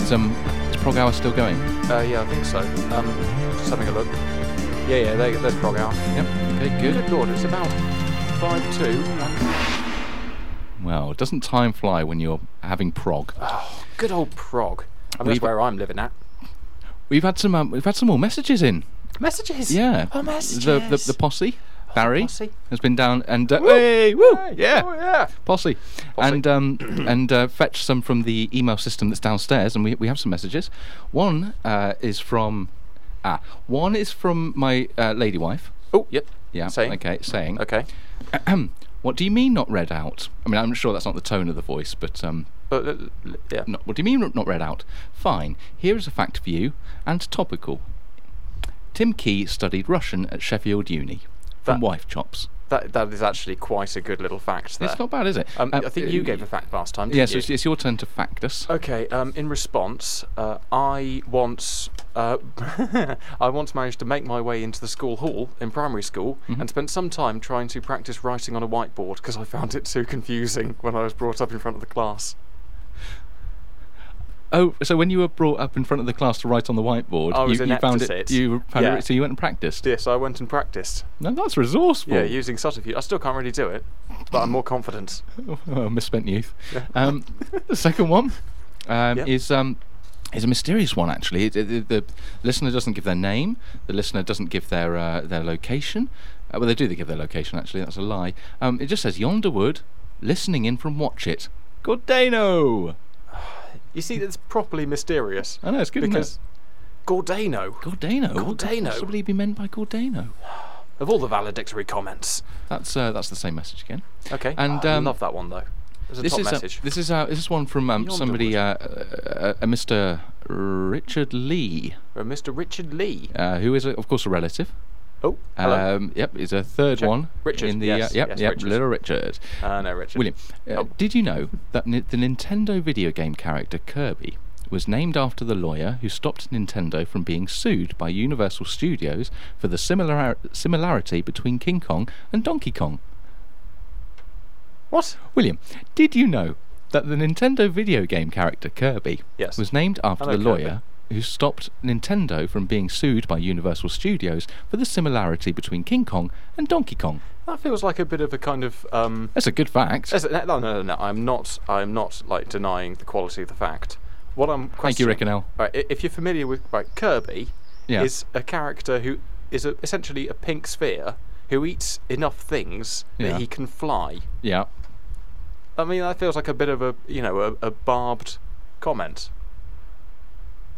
Speaker 4: Is, um, is Prog Hour still going?
Speaker 3: Uh, yeah, I think so. Um, just having a look. Yeah, yeah, they, there's Prog Hour.
Speaker 4: Yep. Okay, good.
Speaker 3: Good lord, it's about 5 2.
Speaker 4: Well, doesn't time fly when you're having prog?
Speaker 3: Good old Prog. I mean,
Speaker 4: We've-
Speaker 3: that's where I'm living at.
Speaker 4: We've had some um, we've had some more messages in.
Speaker 3: Messages?
Speaker 4: Yeah.
Speaker 3: Oh,
Speaker 4: The the,
Speaker 3: messages. Oh,
Speaker 4: the posse, Barry,
Speaker 3: posse.
Speaker 4: has been down and uh, hey, woo, yeah.
Speaker 3: Oh, yeah.
Speaker 4: Posse. and um, and uh, fetched some from the email system that's downstairs, and we we have some messages. One uh, is from ah, one is from my uh, lady wife.
Speaker 3: Oh, yep.
Speaker 4: Yeah.
Speaker 3: Saying.
Speaker 4: Okay. Saying.
Speaker 3: Okay.
Speaker 4: What do you mean not read out? I mean, I'm sure that's not the tone of the voice, but um,
Speaker 3: But, uh, l- yeah.
Speaker 4: no, what do you mean not read out? Fine. Here is a fact for you, and topical. Tim Key studied Russian at Sheffield Uni from
Speaker 3: That-
Speaker 4: wife chops.
Speaker 3: That, that is actually quite a good little fact there.
Speaker 4: It's not bad, is it?
Speaker 3: Um,
Speaker 4: Uh,
Speaker 3: I think you gave a fact last time.
Speaker 4: Yeah,
Speaker 3: didn't
Speaker 4: so
Speaker 3: you?
Speaker 4: it's, it's your turn to fact us.
Speaker 3: Okay. Um, in response, uh, I once uh, I once managed to make my way into the school hall in primary school and spent some time trying to practice writing on a whiteboard because I found it too confusing when I was brought up in front of the class.
Speaker 4: Oh, so when you were brought up in front of the class to write on the whiteboard,
Speaker 3: I was
Speaker 4: you,
Speaker 3: inept
Speaker 4: you
Speaker 3: at
Speaker 4: found
Speaker 3: it.
Speaker 4: it. You found
Speaker 3: Yeah.
Speaker 4: it, so you went and practiced.
Speaker 3: Yes, I went and practiced. Oh.
Speaker 4: No, that's resourceful.
Speaker 3: Yeah, using subterfuge. I still can't really do it. but I'm more confident.
Speaker 4: Oh, misspent youth.
Speaker 3: Yeah.
Speaker 4: Um, the second one um,
Speaker 3: Yeah.
Speaker 4: is um, is a mysterious one. Actually, It- it- the, the listener doesn't give their name. The listener doesn't give their uh, their location. Uh, well, they do. They give their location. Actually, that's a lie. Um, it just says yonder wood, listening in from watch it. Good Dano.
Speaker 3: You see, that's properly mysterious.
Speaker 4: I know it's good isn't it?
Speaker 3: because Gordano.
Speaker 4: Gordano. What could
Speaker 3: Gordano.
Speaker 4: possibly be meant by Gordano?
Speaker 3: Of all the valedictory comments.
Speaker 4: That's uh, that's the same message again.
Speaker 3: Okay.
Speaker 4: And,
Speaker 3: I
Speaker 4: um,
Speaker 3: love that one though. It's a
Speaker 4: this
Speaker 3: top
Speaker 4: is
Speaker 3: message.
Speaker 4: A, this is uh, this is one from um,
Speaker 3: Yonder
Speaker 4: somebody, uh, uh, uh, Mr. Richard Lee,
Speaker 3: Uh, Mr. Richard Lee.
Speaker 4: uh, who is a, of course a relative.
Speaker 3: Oh, hello.
Speaker 4: Um, yep, is a third
Speaker 3: Check.
Speaker 4: one.
Speaker 3: Richard,
Speaker 4: In the,
Speaker 3: yes,
Speaker 4: uh, yep,
Speaker 3: yes,
Speaker 4: yep,
Speaker 3: Richard.
Speaker 4: little Richard.
Speaker 3: Uh, no, Richard.
Speaker 4: William, uh,
Speaker 3: Oh.
Speaker 4: did you know that ni- the Nintendo video game character Kirby was named after the lawyer who stopped Nintendo from being sued by Universal Studios for the similar- similarity between King Kong and Donkey Kong?
Speaker 3: What?
Speaker 4: William, did you know that the Nintendo video game character Kirby
Speaker 3: Yes.
Speaker 4: was named after
Speaker 3: Hello,
Speaker 4: the
Speaker 3: Kirby.
Speaker 4: lawyer who stopped Nintendo from being sued by Universal Studios for the similarity between King Kong and Donkey Kong?
Speaker 3: That feels like a bit of a kind of um.
Speaker 4: That's a good fact.
Speaker 3: as a- No, no, no, no. I'm not. I'm not like denying the quality of the fact. What I'm.
Speaker 4: Thank you,
Speaker 3: questioning-
Speaker 4: Rickonell.
Speaker 3: Right, i- if you're familiar with right, Kirby,
Speaker 4: Yeah.
Speaker 3: is a character who is a, essentially a pink sphere who eats enough things
Speaker 4: Yeah.
Speaker 3: that he can fly.
Speaker 4: Yeah.
Speaker 3: I mean, that feels like a bit of a you know a, a barbed comment.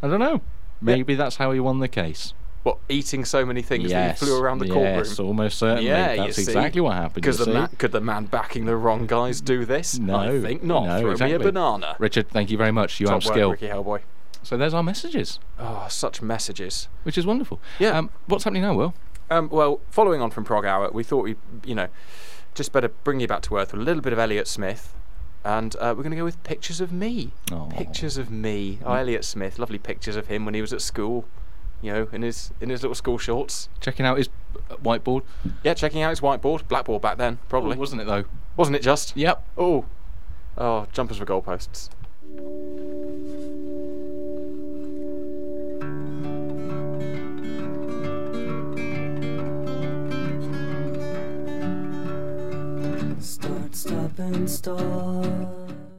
Speaker 4: I don't know. Maybe that's how he won the case.
Speaker 3: What eating so many things
Speaker 4: yes.
Speaker 3: that he flew around the courtroom?
Speaker 4: yes, almost certainly.
Speaker 3: Yeah,
Speaker 4: that's
Speaker 3: you see.
Speaker 4: exactly what happened. you
Speaker 3: Because the
Speaker 4: see.
Speaker 3: man, could the man backing the wrong guys do this?
Speaker 4: no,
Speaker 3: I think not.
Speaker 4: No,
Speaker 3: Throw
Speaker 4: exactly.
Speaker 3: me a banana.
Speaker 4: Richard, thank you very much. You
Speaker 3: Top
Speaker 4: have
Speaker 3: work,
Speaker 4: skill.
Speaker 3: Ricky Hellboy.
Speaker 4: So there's our messages,
Speaker 3: Oh, such messages.
Speaker 4: which is wonderful.
Speaker 3: Yeah.
Speaker 4: Um, what's happening now, Will?
Speaker 3: Um, well, following on from Prog Hour, we thought we'd, you know, just better bring you back to earth with a little bit of Elliot Smith. And uh, we're going to go with Pictures of Me.
Speaker 4: Aw.
Speaker 3: Pictures of Me. Oh, Elliot Smith. Lovely pictures of him when he was at school, you know, in his in his little school shorts.
Speaker 4: Checking out his uh, whiteboard.
Speaker 3: Yeah, checking out his whiteboard. Blackboard back then, probably.
Speaker 4: Ooh, wasn't it though?
Speaker 3: Wasn't it just?
Speaker 4: Yep.
Speaker 3: Oh. Oh, jumpers for goalposts.
Speaker 11: Start, stop, and start.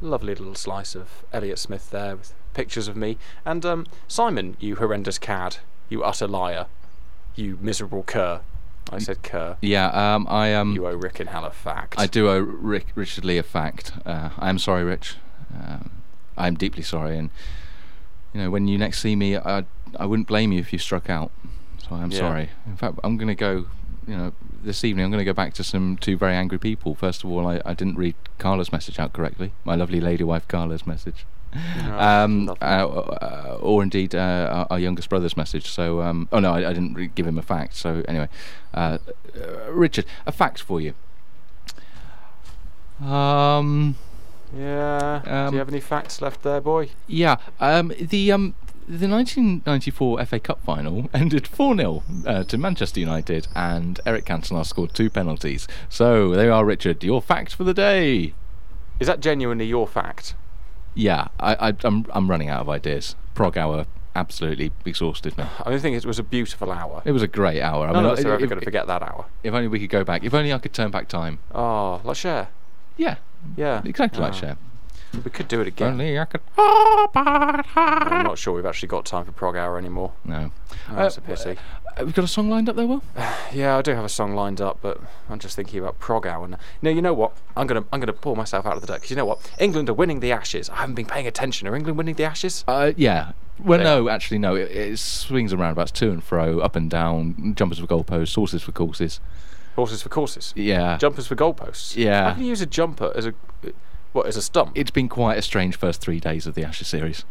Speaker 3: Lovely little slice of Elliot Smith there with pictures of me. And um, Simon, you horrendous cad. You utter liar. You miserable cur. I said cur.
Speaker 4: Yeah. Um, I um.
Speaker 3: You owe Rick and Hal a fact.
Speaker 4: I do owe Rick, Richard Lee a fact. Uh, I am sorry, Rich. Um, I am deeply sorry, and you know when you next see me, I I wouldn't blame you if you struck out. So I am
Speaker 3: Yeah.
Speaker 4: sorry. In fact, I'm going to go. You know, this evening I'm going to go back to some two very angry people. First of all, I, I didn't read Carla's message out correctly. My lovely lady wife Carla's message.
Speaker 3: Ah,
Speaker 4: Um, uh, uh, or indeed uh, our, our youngest brother's message. So, um, oh no, I, I didn't re- give him a fact. So anyway, uh, uh, Richard, a fact for you. Um,
Speaker 3: yeah.
Speaker 4: Um,
Speaker 3: do you have any facts left there, boy?
Speaker 4: yeah, um, the um, the 1994 FA Cup final ended 4 0 uh, to Manchester United, and Eric Cantona scored two penalties. So there you are, Richard. Your fact for the day.
Speaker 3: Is that genuinely your fact?
Speaker 4: Yeah, I, I, I'm I'm running out of ideas. Prog hour absolutely exhausted me.
Speaker 3: I don't think it was a beautiful hour.
Speaker 4: It was a great hour. I
Speaker 3: None of
Speaker 4: I-
Speaker 3: us are ever
Speaker 4: if-
Speaker 3: going to forget that hour.
Speaker 4: If only we could go back. If only I could turn back time.
Speaker 3: Oh, let's share.
Speaker 4: Yeah,
Speaker 3: Yeah.
Speaker 4: exactly like
Speaker 3: Ah,
Speaker 4: Cher.
Speaker 3: We could do it
Speaker 4: If
Speaker 3: again.
Speaker 4: Only I could. Oh,
Speaker 3: I'm not sure we've actually got time for prog hour anymore.
Speaker 4: No.
Speaker 3: Oh,
Speaker 4: Uh,
Speaker 3: that's a pity.
Speaker 4: Uh, We've got a song lined up there, Will.
Speaker 3: Yeah, I do have a song lined up, but I'm just thinking about prog hour now. No, you know what? I'm gonna I'm gonna pull myself out of the dirt 'cause you know what? England are winning the Ashes. I haven't been paying attention. Are England winning the Ashes?
Speaker 4: Uh, yeah. Well,
Speaker 3: Yeah.
Speaker 4: no, actually, no. It, it swings and roundabouts, to and fro, up and down, jumpers for goalposts, horses for courses.
Speaker 3: Horses for courses.
Speaker 4: Yeah.
Speaker 3: Jumpers for goalposts.
Speaker 4: Yeah.
Speaker 3: How can you use a jumper as a what as a stump?
Speaker 4: It's been quite a strange first three days of the Ashes series.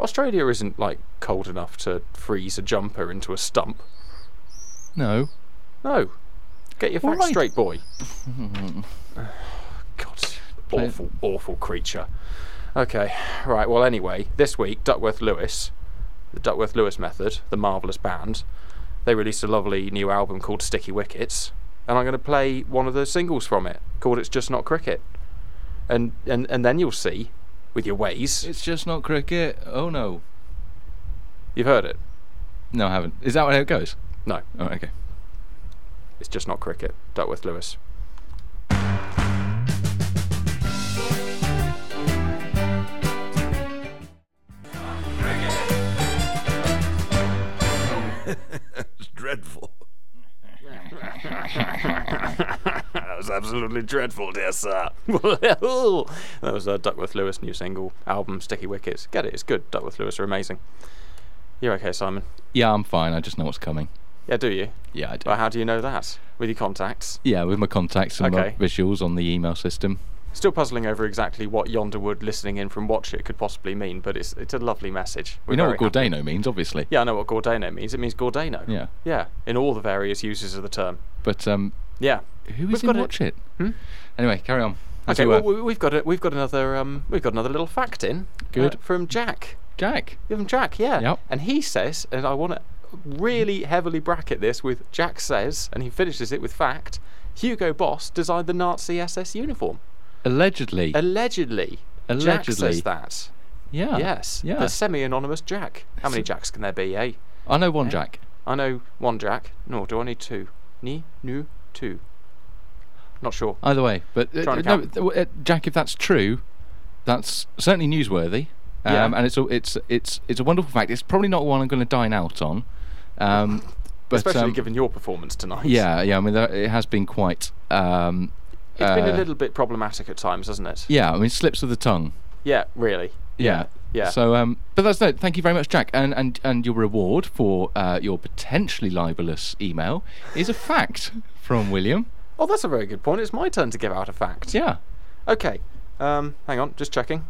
Speaker 3: Australia isn't like cold enough to freeze a jumper into a stump.
Speaker 4: No.
Speaker 3: No. Oh, Get your
Speaker 4: All
Speaker 3: facts
Speaker 4: right.
Speaker 3: straight, boy. God,
Speaker 4: Play-
Speaker 3: awful, awful creature. Okay, right. Well, anyway, this week Duckworth Lewis, the Duckworth Lewis Method, the marvelous band, they released a lovely new album called Sticky Wickets, and I'm going to play one of the singles from it called "It's Just Not Cricket," and and and then you'll see with your ways.
Speaker 4: It's just not cricket. Oh no.
Speaker 3: You've heard it?
Speaker 4: No, I haven't. Is that how it goes?
Speaker 3: No.
Speaker 4: Oh, okay.
Speaker 3: It's just not cricket. Duckworth Lewis.
Speaker 13: It's dreadful.
Speaker 3: that was absolutely dreadful, dear sir. that was a Duckworth Lewis new single album, Sticky Wickets. Get it, it's good. Duckworth Lewis are amazing. You're okay, Simon.
Speaker 4: Yeah, I'm fine. I just know what's coming.
Speaker 3: Yeah, do you?
Speaker 4: Yeah, I do.
Speaker 3: Well, how do you know that? With your contacts?
Speaker 4: Yeah, with my contacts and
Speaker 3: Okay.
Speaker 4: my visuals on the email system.
Speaker 3: Still puzzling over exactly what Yonderwood listening in from Watch It could possibly mean, but it's it's a lovely message.
Speaker 4: we know
Speaker 3: very
Speaker 4: what
Speaker 3: happy.
Speaker 4: Gordano means, obviously.
Speaker 3: Yeah, I know what Gordano means. It means Gordano.
Speaker 4: Yeah.
Speaker 3: Yeah, in all the various uses of the term.
Speaker 4: But um,
Speaker 3: Yeah.
Speaker 4: who
Speaker 3: We've
Speaker 4: is in
Speaker 3: got a- Hmm?
Speaker 4: Watch It? Anyway, carry on. As
Speaker 3: Okay,
Speaker 4: we were.
Speaker 3: well, we- we've got a, we've got another um, we've got another little fact in. uh,
Speaker 4: Good.
Speaker 3: from Jack.
Speaker 4: Jack.
Speaker 3: From Jack, yeah.
Speaker 4: Yep.
Speaker 3: And he says, and I want to really heavily bracket this with Jack says, and he finishes it with fact. Hugo Boss designed the Nazi SS uniform.
Speaker 4: Allegedly.
Speaker 3: Allegedly. Jack
Speaker 4: Allegedly.
Speaker 3: says that.
Speaker 4: yeah.
Speaker 3: Yes.
Speaker 4: Ah, Yeah.
Speaker 3: The semi-anonymous Jack. How many Jacks can there be, eh?
Speaker 4: I know one
Speaker 3: Eh?
Speaker 4: Jack.
Speaker 3: I know one Jack. No, do I need two? Ni, nu, two. Not sure.
Speaker 4: Either way, but uh,
Speaker 3: Trying to
Speaker 4: no,
Speaker 3: count.
Speaker 4: th- uh, Jack, if that's true, that's certainly newsworthy. Um,
Speaker 3: Yeah.
Speaker 4: And it's a, it's it's it's a wonderful fact. It's probably not one I'm going to dine out on. Um, but
Speaker 3: Especially
Speaker 4: um,
Speaker 3: given your performance tonight.
Speaker 4: Yeah, yeah. I mean, there, it has been quite. Um,
Speaker 3: It's been
Speaker 4: uh,
Speaker 3: a little bit problematic at times, hasn't it?
Speaker 4: Yeah, I mean, slips of the tongue.
Speaker 3: Yeah, really.
Speaker 4: Yeah.
Speaker 3: Yeah.
Speaker 4: So, um, but that's no. Thank you very much, Jack. And and and your reward for uh, your potentially libelous email is a fact from William.
Speaker 3: Oh, that's a very good point. It's my turn to give out a fact.
Speaker 4: Yeah.
Speaker 3: Okay. Um, hang on, just checking.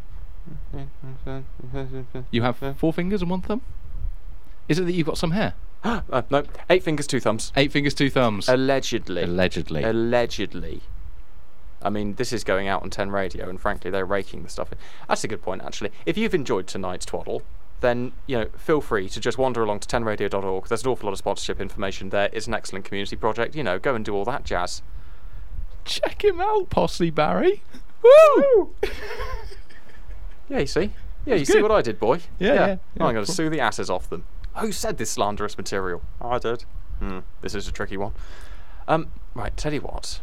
Speaker 4: You have four fingers and one thumb. Is it that you've got some hair?
Speaker 3: Uh, no, eight fingers, two thumbs.
Speaker 4: Eight fingers, two thumbs.
Speaker 3: Allegedly.
Speaker 4: Allegedly.
Speaker 3: Allegedly. I mean, this is going out on 10 radio, and frankly, they're raking the stuff in. That's a good point, actually. If you've enjoyed tonight's twaddle, then, you know, feel free to just wander along to 10radio.org. There's an awful lot of sponsorship information there. It's an excellent community project. You know, go and do all that jazz.
Speaker 4: Check him out, Posse Barry.
Speaker 3: Woo! yeah, you see? Yeah, you see
Speaker 4: good.
Speaker 3: what I did, boy?
Speaker 4: Yeah, yeah, yeah,
Speaker 3: I'm going to
Speaker 4: cool.
Speaker 3: sue the asses off them. Who said this slanderous material? I did. Hmm, this is a tricky one. Um, right, tell you what.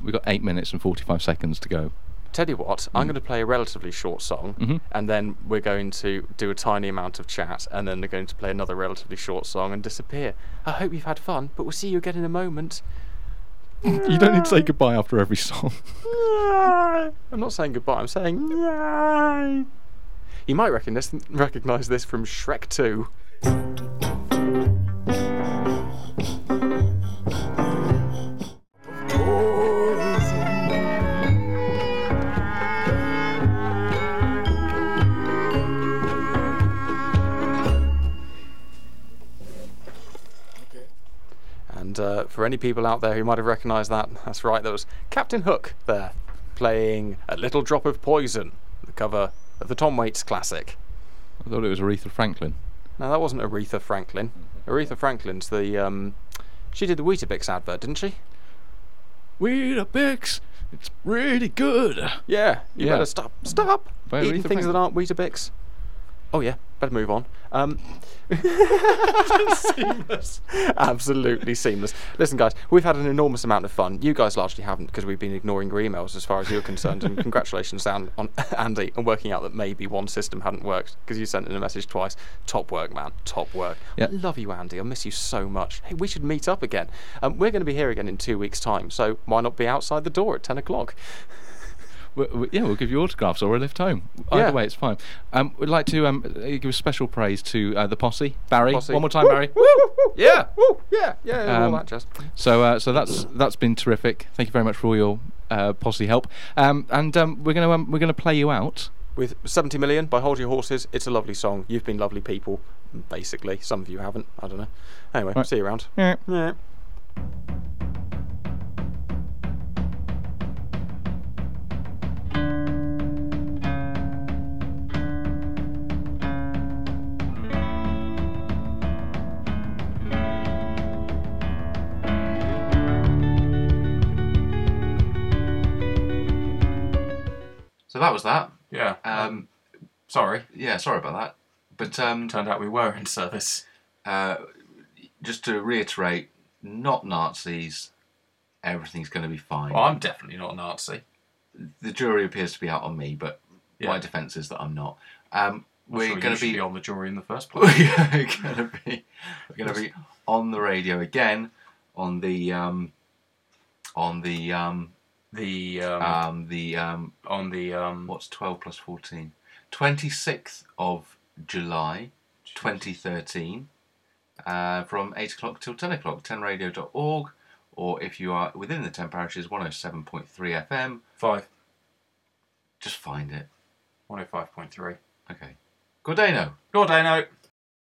Speaker 4: We've got eight minutes and forty-five seconds to go.
Speaker 3: Tell you what, I'm going to play a relatively short song,
Speaker 4: Mhm.
Speaker 3: and then we're going to do a tiny amount of chat, and then they're going to play another relatively short song and disappear. I hope you've had fun, but we'll see you again in a moment.
Speaker 4: You don't need to say goodbye after every song.
Speaker 3: I'm not saying goodbye. I'm saying yay. You might recognize recognize this from Shrek 2. And uh, for any people out there who might have recognised that, that's right, there was Captain Hook there, playing A Little Drop of Poison, the cover of the Tom Waits classic.
Speaker 4: I thought it was Aretha Franklin.
Speaker 3: No, that wasn't Aretha Franklin. Aretha Franklin's the. Um, she did the Weetabix advert, didn't she?
Speaker 4: Weetabix, it's really good.
Speaker 3: Yeah. You
Speaker 4: Yeah.
Speaker 3: better stop. Stop!
Speaker 4: By
Speaker 3: eating
Speaker 4: Aretha
Speaker 3: things
Speaker 4: Franklin.
Speaker 3: that aren't Weetabix. Oh, yeah. Better move on. Um, seamless. Absolutely seamless. Listen, guys, we've had an enormous amount of fun. You guys largely haven't because we've been ignoring your emails as far as you're concerned. and congratulations, An- on Andy, on working out that maybe one system hadn't worked because you sent in a message twice. Top work, man. Top work.
Speaker 4: Yeah.
Speaker 3: I love you, Andy. I miss you so much. Hey, we should meet up again. Um, we're going to be here again in two weeks' time, so why not be outside the door at 10 o'clock?
Speaker 4: we we- yeah, we'll give you autographs or a lift home. Either
Speaker 3: Yeah.
Speaker 4: way, it's fine. Um, we'd like to um, uh, give a special praise to uh, the posse, Barry.
Speaker 3: Posse.
Speaker 4: One more time,
Speaker 3: Woo,
Speaker 4: Barry.
Speaker 3: woo, woo, woo,
Speaker 4: Yeah.
Speaker 3: woo, yeah, yeah, yeah,
Speaker 4: Um,
Speaker 3: all that jazz.
Speaker 4: So, uh, so that's that's been terrific. Thank you very much for all your uh, posse help. Um, and um, we're gonna um, we're gonna play you out.
Speaker 3: With 70 million by Hold Your Horses, it's a lovely song. You've been lovely people, basically. Some of you haven't. I don't know. Anyway,
Speaker 4: Right.
Speaker 3: see you around.
Speaker 4: Yeah.
Speaker 3: Yeah.
Speaker 14: So that was that.
Speaker 2: Yeah.
Speaker 4: Um,
Speaker 2: sorry.
Speaker 4: Yeah, sorry about that. But um,
Speaker 2: turned out we were in service.
Speaker 4: Uh, just to reiterate, not Nazis. Everything's going to be fine.
Speaker 2: Well, I'm definitely not a Nazi.
Speaker 4: The jury appears to be out on me, but my
Speaker 2: Yeah.
Speaker 4: defence is that I'm not.
Speaker 2: I'm
Speaker 4: Um, we're
Speaker 2: sure you
Speaker 4: going to
Speaker 2: should
Speaker 4: be
Speaker 2: be on the jury in the first place.
Speaker 4: we're gonna be we're gonna be on the radio again on the um on the um
Speaker 2: the
Speaker 4: um,
Speaker 2: um,
Speaker 4: the um
Speaker 2: on the um
Speaker 4: what's 12 plus 14 26th of July 2013 uh, from 8 o'clock till 10 o'clock 10radio.org or if you are within the 10 parishes 107.3 FM
Speaker 2: five
Speaker 4: just find it
Speaker 2: 105.3.
Speaker 4: okay Gordano
Speaker 2: Gordano.